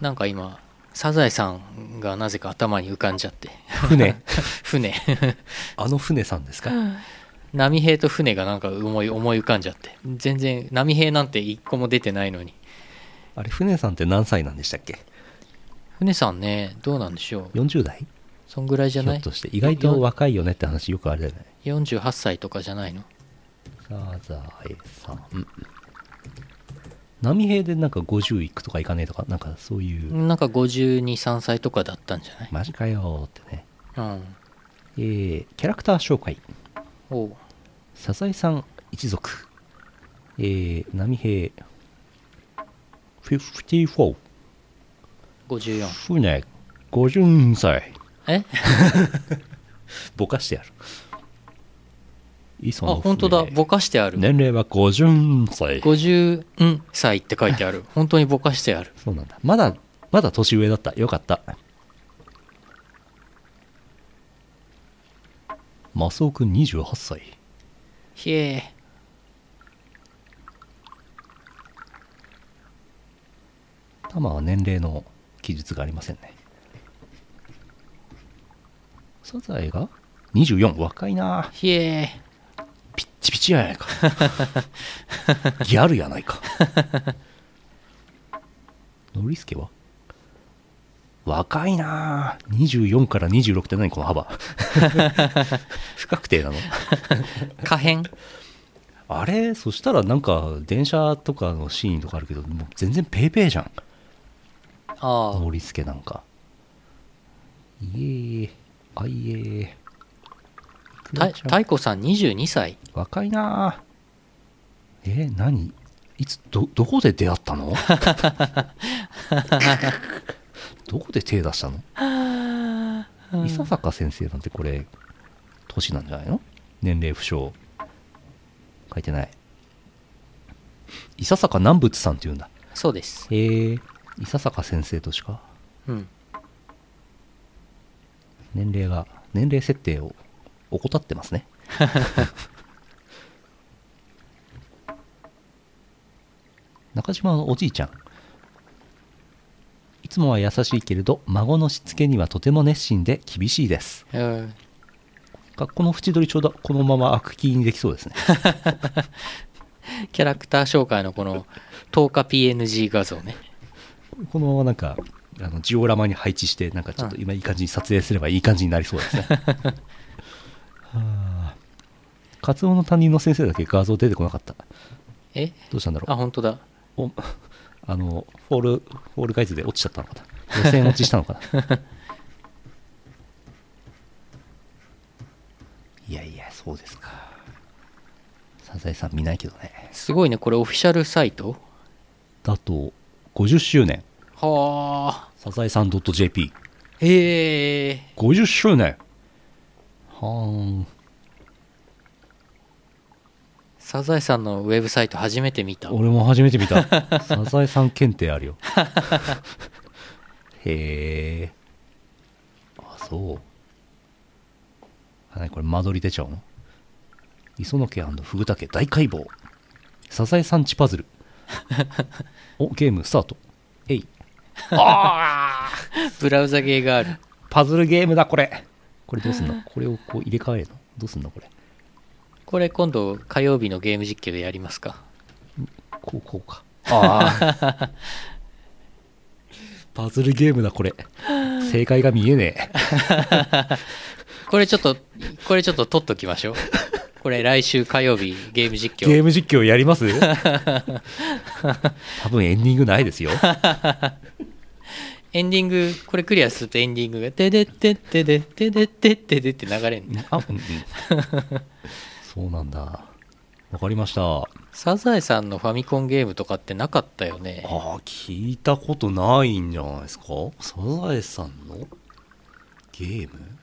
なんか今サザエさんがなぜか頭に浮かんじゃって (laughs) 船船あの船さんですか波平と船がなんか思い思い浮かんじゃって全然波平なんて一個も出てないのにあれ船さんって何歳なんでしたっけ船さんねどうなんでしょう40代そんぐらいじゃひょなっいとして意外と若いよねって話よくあれだよね48歳とかじゃないのサザエさん波平でなんか50いくとかいかねえとかなんかそういう、なんか523歳とかだったんじゃないマジかよーってねうんえーキャラクター紹介おうサザエさん一族えー波平54 54船50歳えぼかしてやる磯あの船本当だぼかしてある、年齢は50歳50ん歳って書いてある本当にぼかしてあるそうなんだまだまだ年上だったよかったマスオくん28歳ひえタマは年齢の記述がありませんねサザエが24若いなひえピッチピチやないかギャルやないかノリスケは若いなあ24から26って何この (laughs) 幅不確定なの可変あれそしたらなんか電車とかのシーンとかあるけどもう全然ペーペーじゃんああノリスケなんかいえあいえいくたらちゃん太子さん22歳若いなあえー何いつどどこで出会った (laughs) のどこで手出したのうん伊佐坂先生なんてこれ年なんじゃないの年齢不詳書いてない伊佐坂南仏さんって言うんだそうですへえ伊佐坂先生としかうん年齢が年齢設定を怠ってますね中島のおじいちゃんいつもは優しいけれど孫のしつけにはとても熱心で厳しいですうん学校の縁取りちょうどこのまま悪気にできそうですねキャラクター紹介のこの10日 PNG 画像ねこのままなんかあのジオラマに配置してなんかちょっと今いい感じに撮影すればいい感じになりそうですねはあカツオの担任の先生だけ画像出てこなかったえどうしたんだろうあ本当だお (laughs) あのフォールフォールガイズで落ちちゃったのかな予選落ちしたのかな (laughs) いやいやそうですかサザエさん見ないけどねすごいねこれオフィシャルサイトだと50周年はあサザエさん .jp50 へえ周年はーんサザエさんのウェブサイト初めて見た俺も初めて見 (laughs) たサザエさん検定あるよへえあそうあ何これ間取り出ちゃうの磯野家フグタケ大解剖サザエさんチパ (laughs) ズルおゲームスタートえいああブラウザゲーがあるパズルゲームだこれこれどうすんのこれをこう入れ替えるのどうすんのこれこれ今度火曜日のゲーム実況でやりますかこうこうかああ (laughs) パズルゲームだこれ正解が見えねえこれちょっとこれちょっと取っときましょうこれ来週火曜日ゲーム実ゲ況ーム実況やり (laughs) ます多分エンディングないです (laughs) よエンディングこれクリアするとエンディングが「てでってってでってでってってで」って流れるんだあうんうんそうなんだわかりましたあサザエさんのファミコンゲームとかってなかったよねあ聞いたことないんじゃないですかサザエさんのゲーム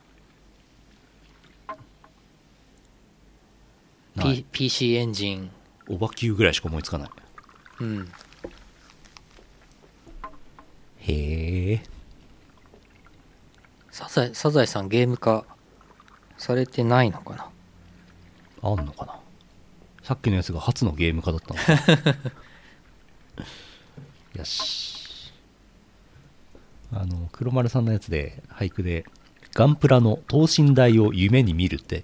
ない P PC エンジンおばきゅうぐらいしか思いつかないうんへえサザエサザエさんゲーム化されてないのかなあんのかなさっきのやつが初のゲーム化だったのか (laughs) なよしあの黒丸さんのやつで俳句で「ガンプラの等身大を夢に見る」って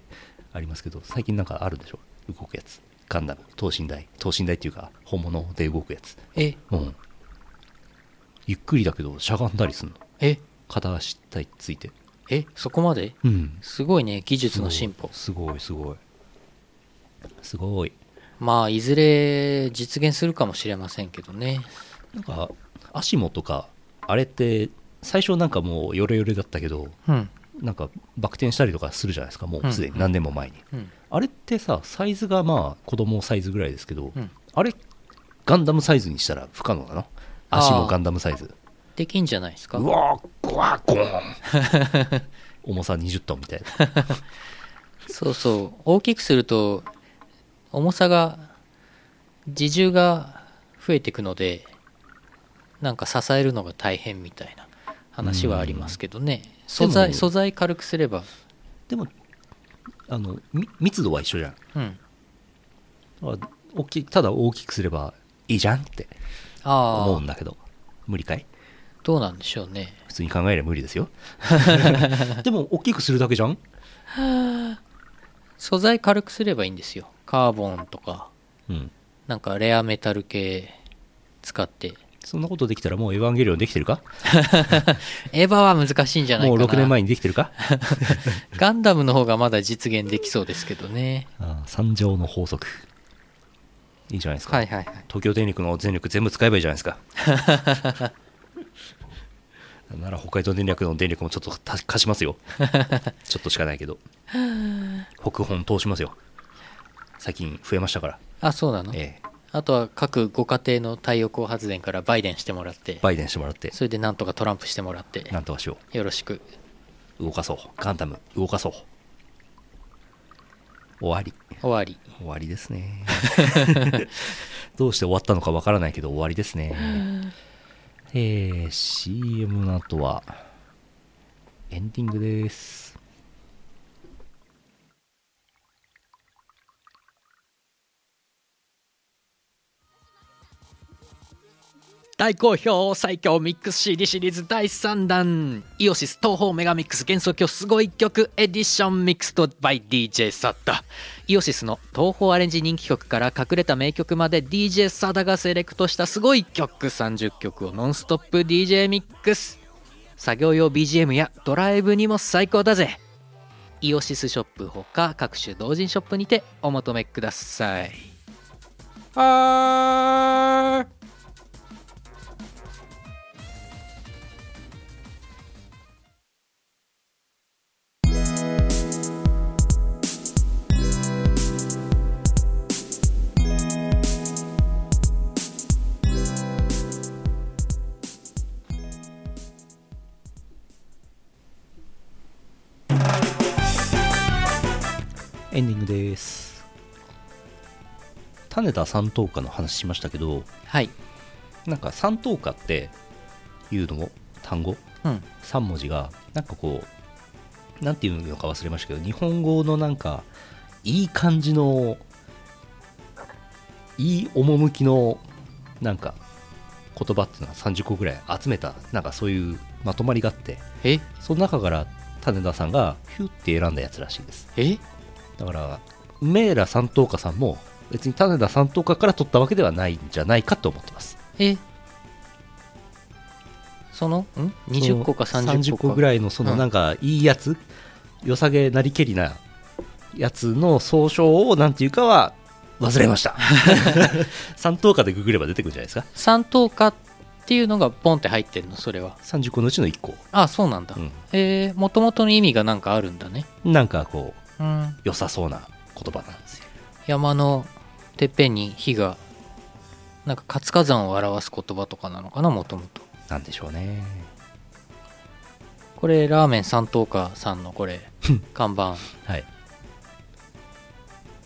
ありますけど最近なんかあるでしょ動くやつガンダム等身大等身大っていうか本物で動くやつえうんゆっくりだけどしゃがんだりするのえ片足ついてえそこまでうんすごいね技術の進歩すごいすごいすごいまあいずれ実現するかもしれませんけどねなんかアシモとかあれって最初なんかもうヨレヨレだったけどうんなんかバク転したりとかするじゃないですかもううんすでに何年も前に、うんあれってさサイズがまあ子供サイズぐらいですけど、うんあれガンダムサイズにしたら不可能なのあー足もガンダムサイズできんじゃないですかうわーゴワーゴーン重さ20トンみたいなそうそう大きくすると重さが自重が増えていくのでなんか支えるのが大変みたいな話はありますけどね素で材も素材軽くすればでもあのみ密度は一緒じゃんうんあ大きいただ大きくすればいいじゃんってあ思うあんだけど無理かいどうなんでしょうね普通に考えれば無理ですよ (laughs) でも大きくするだけじゃん素材軽くすればいいんですよカーボンとかうんなんかレアメタル系使ってそんなことできたらもうエヴァンゲリオンできてるかエヴァは難しいんじゃないもかうな6年前にでき (laughs) てるかガンダムの方がまだ実現できそうですけどねああ三条の法則いいじゃないですか、はいはいはい東京電力の電力全部使えばいいじゃないですか (laughs) なんなら北海道電力の電力もちょっとた貸 (laughs) しますよちょっとしかないけど北本通しますよ最近増えましたから、あそうなのええ、あとは各ご家庭の太陽光発電からバイデンしてもらって、バイデンしてもらってそれでなんとかトランプしてもらって、なんとかしよよろしく。う動かそうガンダム動かそう終わり終わり。終わりです (laughs) ねどうして終わったのかわからないけど終わりですねえー、CM の後はエンディングです大好評最強ミックス CD シリーズ第3弾イオシス東方メガミックス幻想郷すごい曲エディションミックスと by DJ サダイオシスの東方アレンジ人気曲から隠れた名曲まで DJ サダがセレクトしたすごい曲30曲をノンストップ DJ ミックス作業用 BGM やドライブにも最高だぜイオシスショップほか各種同人ショップにてお求めくださいはーエンディングです種田三等価の話しましたけどはい、なんか三等価っていうのも単語うん、 3文字がなんかこうなんていうのか忘れましたけど日本語のなんかいい感じのいい趣のなんか言葉っていうのは30個ぐらい集めたなんかそういうまとまりがあってえその中から種田さんがヒュッて選んだやつらしいですえだからメーラ三等家さんも別に種田三等家から取ったわけではないんじゃないかと思ってますえそのん20個か30個かぐらいのそうのんなんかいいやつ、良さげなりけりなやつの総称をなんていうかは忘れました (laughs) 三等価でググれば出てくるじゃないですか3等価っていうのがポンって入ってるのそれは30個のうちの1個、あそうなんだ、うんえー、もともとの意味がなんかあるんだねなんかこううん良さそうな言葉なんですよ山のてっぺんに火がなんか活火山を表す言葉とかなのかなもともとなんでしょうねこれラーメン3等価さんの (laughs) これ看板はい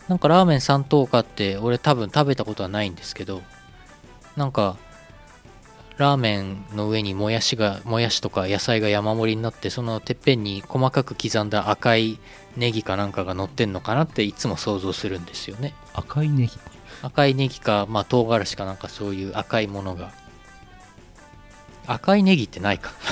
なんかラーメン三等価って俺多分食べたことはないんですけどなんかラーメンの上にもやしがもやしとか野菜が山盛りになってそのてっぺんに細かく刻んだ赤いネギかなんかが乗ってんのかなっていつも想像するんですよね赤いネギ赤いネギかまあ唐辛子かなんかそういう赤いものが赤いネギってないか (laughs)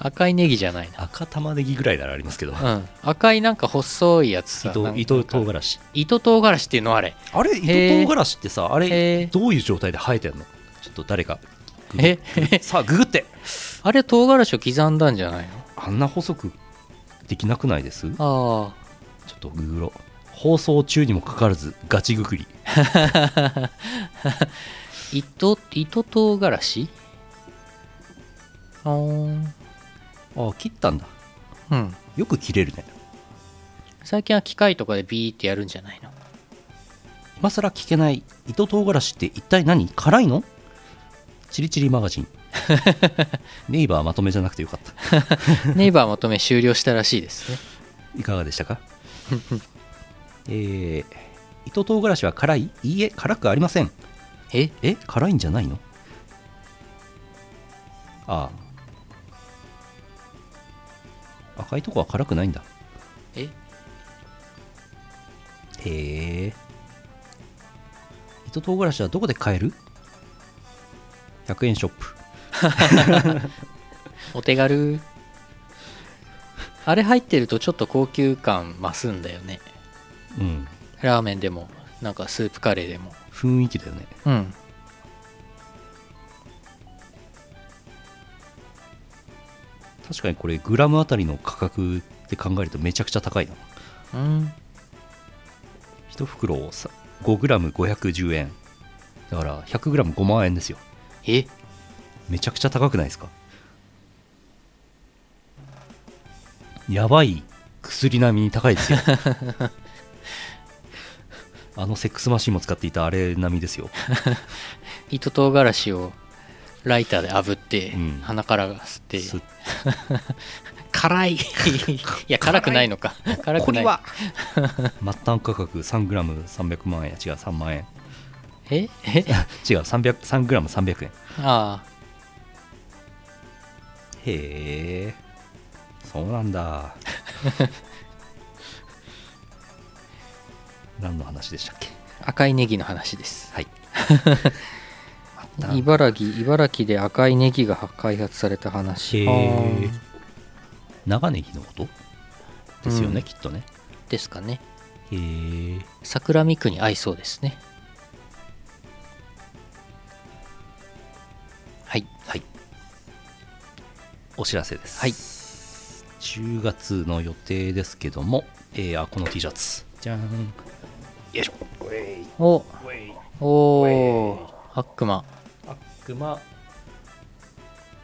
赤いネギじゃない赤玉ねぎぐらいならありますけどなうん赤いなんか細いやつさなんか糸糸唐辛子糸唐辛子っていうのあれあれ糸唐辛子ってさあへれーどういう状態で生えてんのちょっと誰かググえさあググってあれ唐辛子を刻んだんじゃないあんな細くできなくないですちのょあっとググろう放送中にもかかわらずガチググりあ糸糸唐辛子あーあ切ったんだうんよく切れるね最近は機械とかでビーってやるんじゃないの今更聞けない糸唐辛子って一体何辛いのチリチリマガジン (laughs) ネイバーまとめじゃなくてよかったネイバーまとめ終了したらしいですねいかがでしたかえー、糸唐辛子は辛いいいえ辛くありませんええ辛いんじゃないのああ赤いとこは辛くないんだえへえ糸唐辛子はどこで買える ?100 円ショップお手軽あれ入ってるとちょっと高級感増すんだよねうんラーメンでもなんかスープカレーでも雰囲気だよねうん確かにこれグラムあたりの価格って考えるとめちゃくちゃ高いなうん1袋をさ 5g510 円だから 100g5 万円ですよえめちゃくちゃ高くないですかやばい薬並みに高いですよあのセックスマシンも使っていたあれ並みですよ糸唐辛子をライターで炙って、うん鼻から吸ってす辛いいや辛くないのか辛くない末端価格 3g300 万円違う3万円 (laughs) ええ違う 300g300 円ああへえそうなんだ何の話でしたっけ赤いネギの話ですはい茨城茨城で赤いネギが開発された話へえあ長ネギのことですよね、うんきっとねーですかねへえ桜見区に合いそうですねはいはいお知らせですはい10月の予定ですけども、えーあこの T シャツじゃーんよいしょウェイおウェイおお悪魔悪魔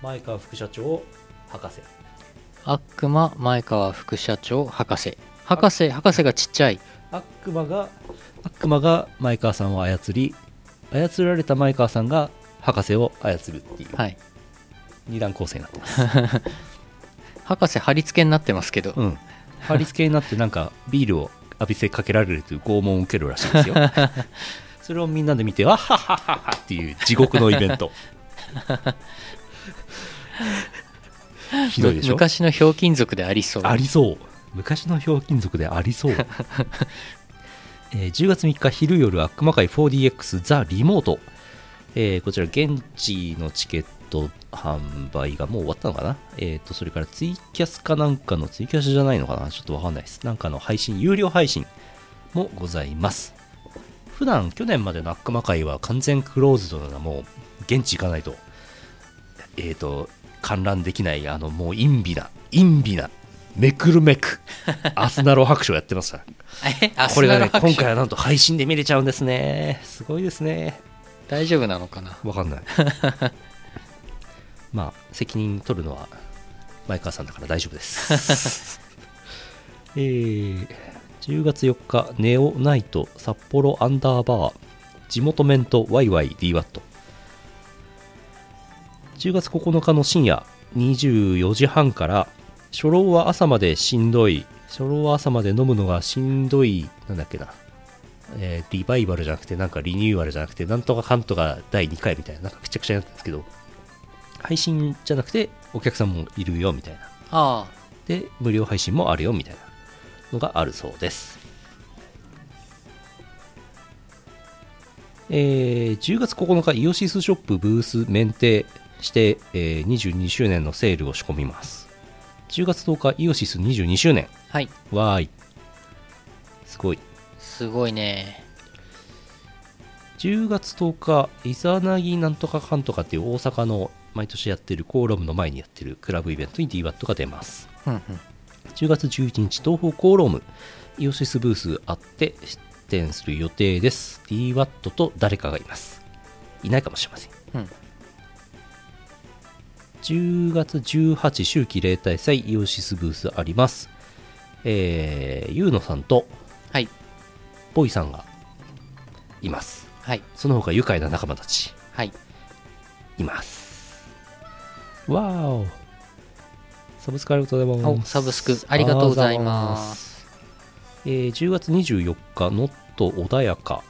前川副社長博士悪魔前川副社長博士博士博士がちっちゃい悪魔が悪魔が前川さんを操り操られた前川さんが博士を操るっていうはい二段構成になってます、博士貼り付けになってますけど、うん貼り付けになってなんかビールを浴びせかけられるという拷問を受けるらしいで (laughs) すよそれをみんなで見てわははははっていう地獄のイベ (laughs) ントひどいでしむょ昔のひょうきん族でありそうありそう昔のひょうきん族であ (laughs) りそう、えー10月3日昼夜悪魔界 4DX ザ・リモート、えーこちら現地のチケット販売がもう終わったのかなえっ、とそれからツイキャスかなんかのツイキャスじゃないのかなちょっとわかんないですなんかの配信有料配信もございます普段去年までの悪魔界は完全クローズドなのがもう現地行かないとえっ、と観覧できないあのもう陰微な陰微なめくるめくアスナロ白書やってましたえあこれが砂ねの拍今手回はなんと配信で見れちゃうんですねすごいですね大丈夫なのかなわかんない (laughs) まあ責任取るのは前川さんだから大丈夫です (laughs) えー、10月4日ネオナイト札幌アンダーバー地元面とワイワイ DWAT 10月9日の深夜24時半から初老は朝までしんどい初老は朝まで飲むのがしんどいなんだっけな、えーリバイバルじゃなくてなんかリニューアルじゃなくてなんとかかんとか第2回みたいななんかくちゃくちゃになったんですけど配信じゃなくてお客さんもいるよみたいなあで無料配信もあるよみたいなのがあるそうですえー10月9日イオシスショップブース免停して、えー22周年のセールを仕込みます10月10日イオシス22周年あはいわーいすごいすごいね10月10日イザナギなんとかかんとかっていう大阪の毎年やってるコーロームの前にやってるクラブイベントに DWAT が出ますうんうん10月11日東方コーロームイオシスブースあって出店する予定です DWAT と誰かがいますいないかもしれませんうん10月18秋季例大祭イオシスブースありますえー、ゆうのさんとはいボイさんがいますはいその他愉快な仲間たちはいいますわーおサブスクありがとうございまおすサブスクありがとうございますありがとうございます、えー10月24日ノット穏やか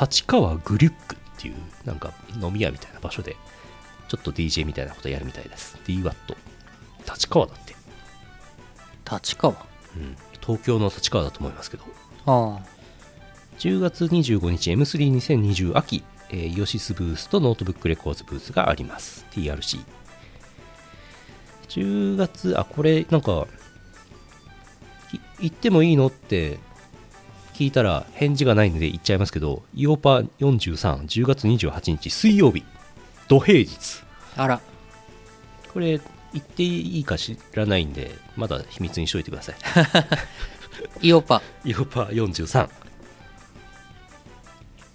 立川グリュックっていうなんか飲み屋みたいな場所でちょっと DJ みたいなことやるみたいです DWAT 立川だって、立川うん、東京の立川だと思いますけどあ10月25日 M32020 秋、えーイオシスブースとノートブックレコーズブースがあります TRC10 月あこれなんかい行ってもいいのって聞いたら返事がないので行っちゃいますけどイオパ430月28日水曜日土平日ああらこれ行っていいか知らないんでまだ秘密にしといてください (laughs) イオパイオパ43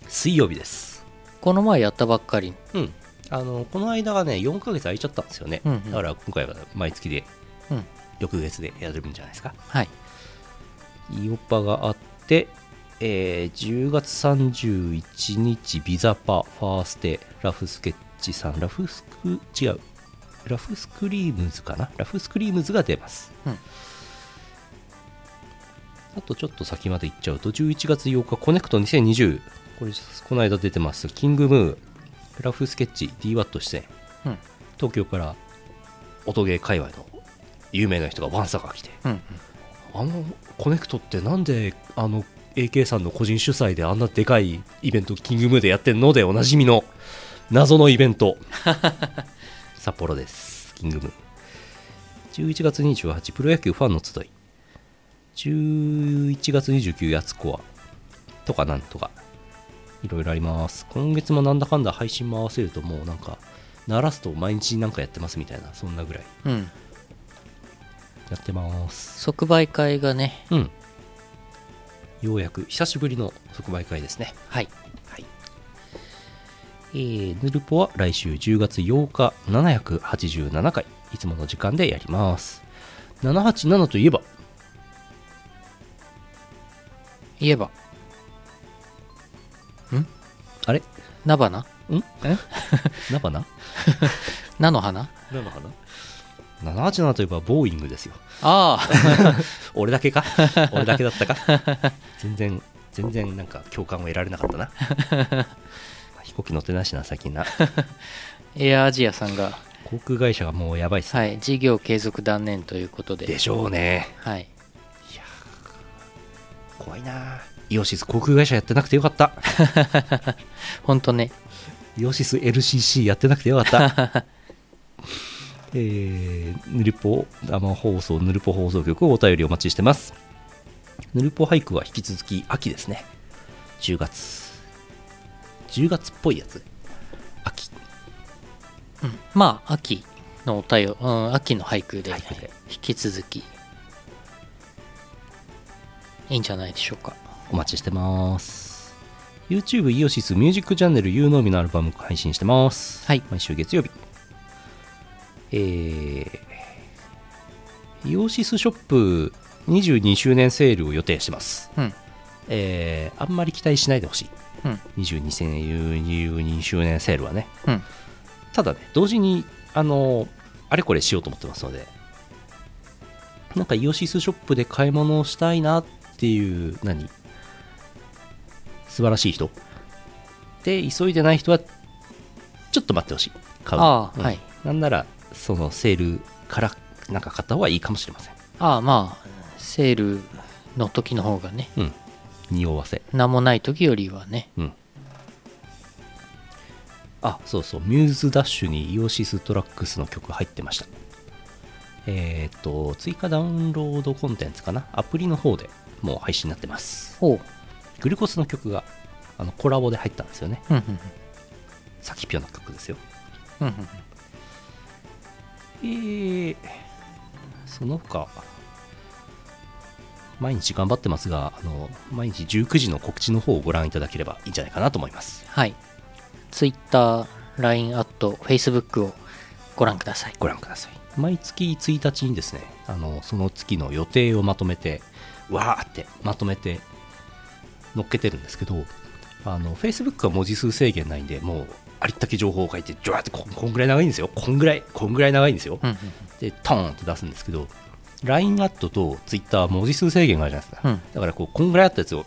水曜日ですこの前やったばっかりうんあのこの間がね4ヶ月空いちゃったんですよね、うんうんだから今回は毎月でうん翌月でやれるんじゃないですかはいイオパがあって、えー10月31日ビザパファーステラフスケッチさんラフスク違うラフスクリームズかなラフスクリームズが出ます、うんあとちょっと先まで行っちゃうと11月8日コネクト2020これこの間出てますキングムーラフスケッチ DWAT 出演うん東京から音ゲー界隈の有名な人がワンサが来てうんうんあのコネクトってなんであの AK さんの個人主催であんなでかいイベントキングムーでやってんのでおなじみの謎のイベント札幌ですキングムー11月28プロ野球ファンの集い11月29やつこはとかなんとかいろいろあります今月もなんだかんだ配信も合わせるともうなんか鳴らすと毎日なんかやってますみたいなそんなぐらいうんやってます即売会がねうん。ようやく久しぶりの即売会ですね。はいはい。えー、ヌルポは来週10月8日787回、いつもの時間でやります。787といえば、言えばあれ菜花んえ菜花菜の花菜の花 ?787 といえば、ボーイングですよ。あ (laughs) あ俺だけか俺だけだったか全然全然なんか共感を得られなかったな (laughs) 飛行機乗ってないしな最近なエアアジアさんが航空会社がもうやばいっすねはい事業継続断念ということででしょうねはい怖いなあイオシス航空会社やってなくてよかった本当ねイオシス LCC やってなくてよかったえー、ヌルポ生放送ヌルポ放送局お便りお待ちしてますヌルポ俳句は引き続き秋ですね10月10月っぽいやつ秋うんまあ秋のお便り、うん、秋の俳句で俳句で引き続きいいんじゃないでしょうかお待ちしてます YouTube イオシスミュージックチャンネル u のみのアルバム配信してます、はい毎週月曜日えー、イオシスショップ22周年セールを予定してますうんえー、あんまり期待しないでほしうんい22せん22周年セールはねうんただね同時にあのあれこれしようと思ってますのでなんかイオシスショップで買い物をしたいなっていう何素晴らしい人で急いでない人はちょっと待ってほしい買うのああうんはいなんならそのセールからなんか買った方がいいかもしれませんああまあセールの時の方がねうん匂わせ何もない時よりはねうんあそうそうミューズダッシュにイオシストラックスの曲入ってましたえっ、と追加ダウンロードコンテンツかなアプリの方でもう配信になってますおうグルコスの曲があのコラボで入ったんですよねうんうんさきぴょの曲ですようんうんえーその他毎日頑張ってますがあの毎日19時の告知の方をご覧いただければいいんじゃないかなと思いますはい。Twitter、LINE、アット、Facebook をご覧ください。ご覧ください毎月1日にですねあのその月の予定をまとめてわーってまとめて載っけてるんですけどあの Facebook は文字数制限ないんでもうありったけ情報を書いてジュワーってここんぐらい長いんですよこんぐらいこんぐらい長いんですよ、うんうんでトーンって出すんですけど LINE アットと Twitter は文字数制限があるじゃないですか、うんだからこうこんぐらいあったや (laughs) つを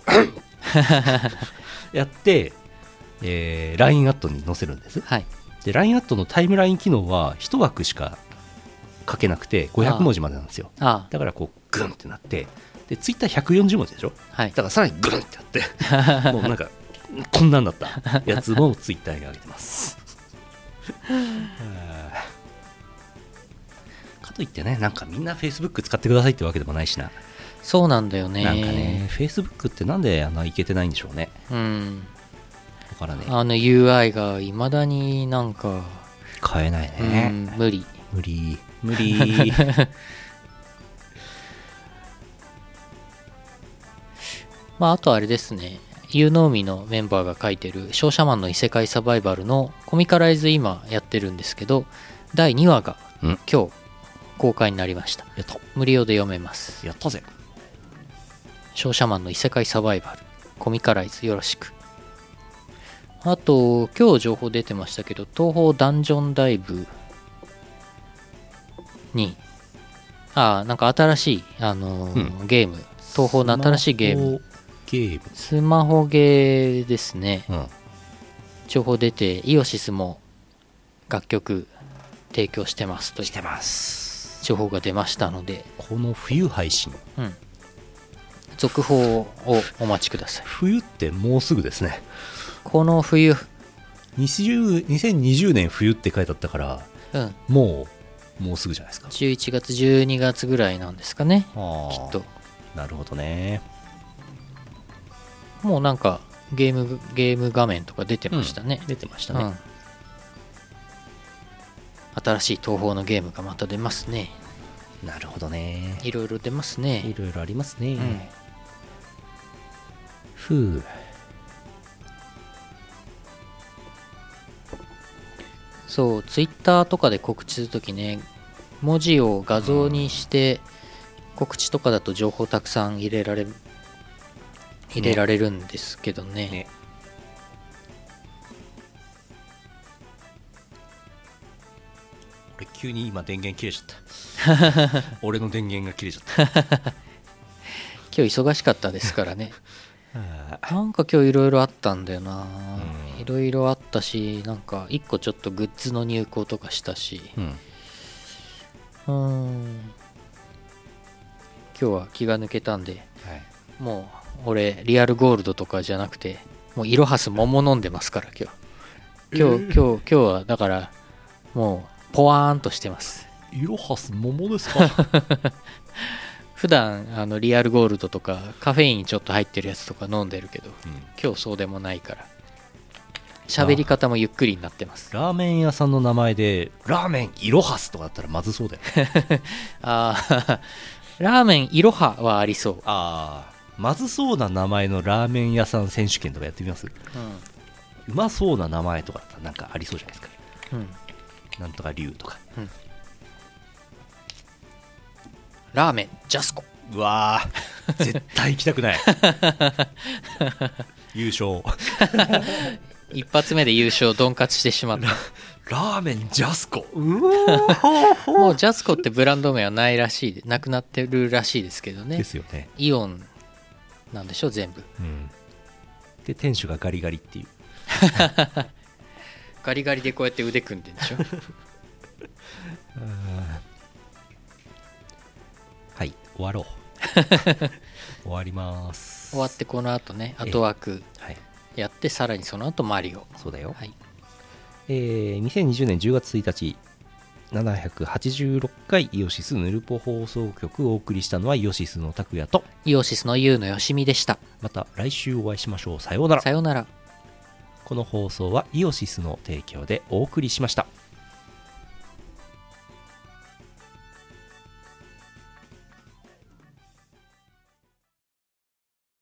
やって、えー LINE アットに載せるんですはい。で LINE アットのタイムライン機能は1枠しか書けなくて500文字までなんですよあだからこうグンってなってで Twitter140 文字でしょあ、はいだ。からさらにグンってやっ (laughs) てもうなんかこんなんだったやつも Twitter に上げてます (laughs) あーかといってねなんかみんな Facebook 使ってくださいってわけでもないしな、そうなんだよね。なんかね Facebook ってなんであんないけてないんでしょうねうん。だからねあの UI がいまだになんか、買えないね、うん、無理。無理無 (laughs) 理まあ、あとあれですね。ユーノーミのメンバーが書いてる商社マンの異世界サバイバルのコミカライズ今やってるんですけど、第2話がうん今日公開になりました。やった無料で読めます。やったぜ商社マンの異世界サバイバルコミカライズよろしくあと今日情報出てましたけど東方ダンジョンダイブにああなんか新しい、あのーゲーム東方の新しいゲームゲームスマホゲーですねうん情報出てイオシスも楽曲提供してますというしてます情報が出ましたので、この冬配信うん、続報をお待ちください冬ってもうすぐですねこの冬、 20 2020年冬って書いてあったからうん、もうもうすぐじゃないですか11月12月ぐらいなんですかねきっとなるほどねもうなんかゲームゲーム画面とか出てましたね、出てましうたんね、新しい東宝のゲームがまた出ますねなるほどねいろいろ出ますいねろいろありますね、んふうそうツイッターとかで告知するときね文字を画像にして、告知とかだと情報たくさん入れられ入れられるんですけどねね俺急に今電源切れち (laughs) ゃった俺の電源が切れちゃった今日忙しかったですから (laughs) ね (laughs) あーなんか今日いろいろあったんだよなうんいろいろあったしなんか一個ちょっとグッズの入稿とかしたしうんうーん今日は気が抜けたんではいもう俺リアルゴールドとかじゃなくてもうイロハス桃飲んでますから今日今日今日今日はだからもうポワーンとしてますイロハス桃です (laughs) か普段あのリアルゴールドとかカフェインちょっと入ってるやつとか飲んでるけど今日そうでもないから喋り方もゆっくりになってますラーメン屋さんの名前でラーメンイロハスとかだったらまずそうだよああラー (laughs) メンいろははありそう、 (laughs) ああまずそうな名前のラーメン屋さん選手権とかやってみますううまそうな名前とかだったらなんかありそうじゃないですかんうん、なんとか竜とかラーメンジャスコうわー絶対行きたく (laughs) ない優勝一発目で優勝鈍活してしまったラーメンジャスコうお (laughs) もうジャスコってブランド名はないらしいでなくなってるらしいですけどでねすよね、イオンなんでしょう全部うん、で店主がガリガリっていうガリガリでこうやって腕組んでんで (laughs) しょはい終 (laughs) わろう終わります終わってこの後ね後枠はいやってさらにその後マリオそうだよ、はいえー2020年10月1日786回イオシスヌルポ放送局をお送りしたのはイオシスの拓也とイオシスのユウのよしみでしたまた来週お会いしましょうさようならさようならこの放送はイオシスの提供でお送りしました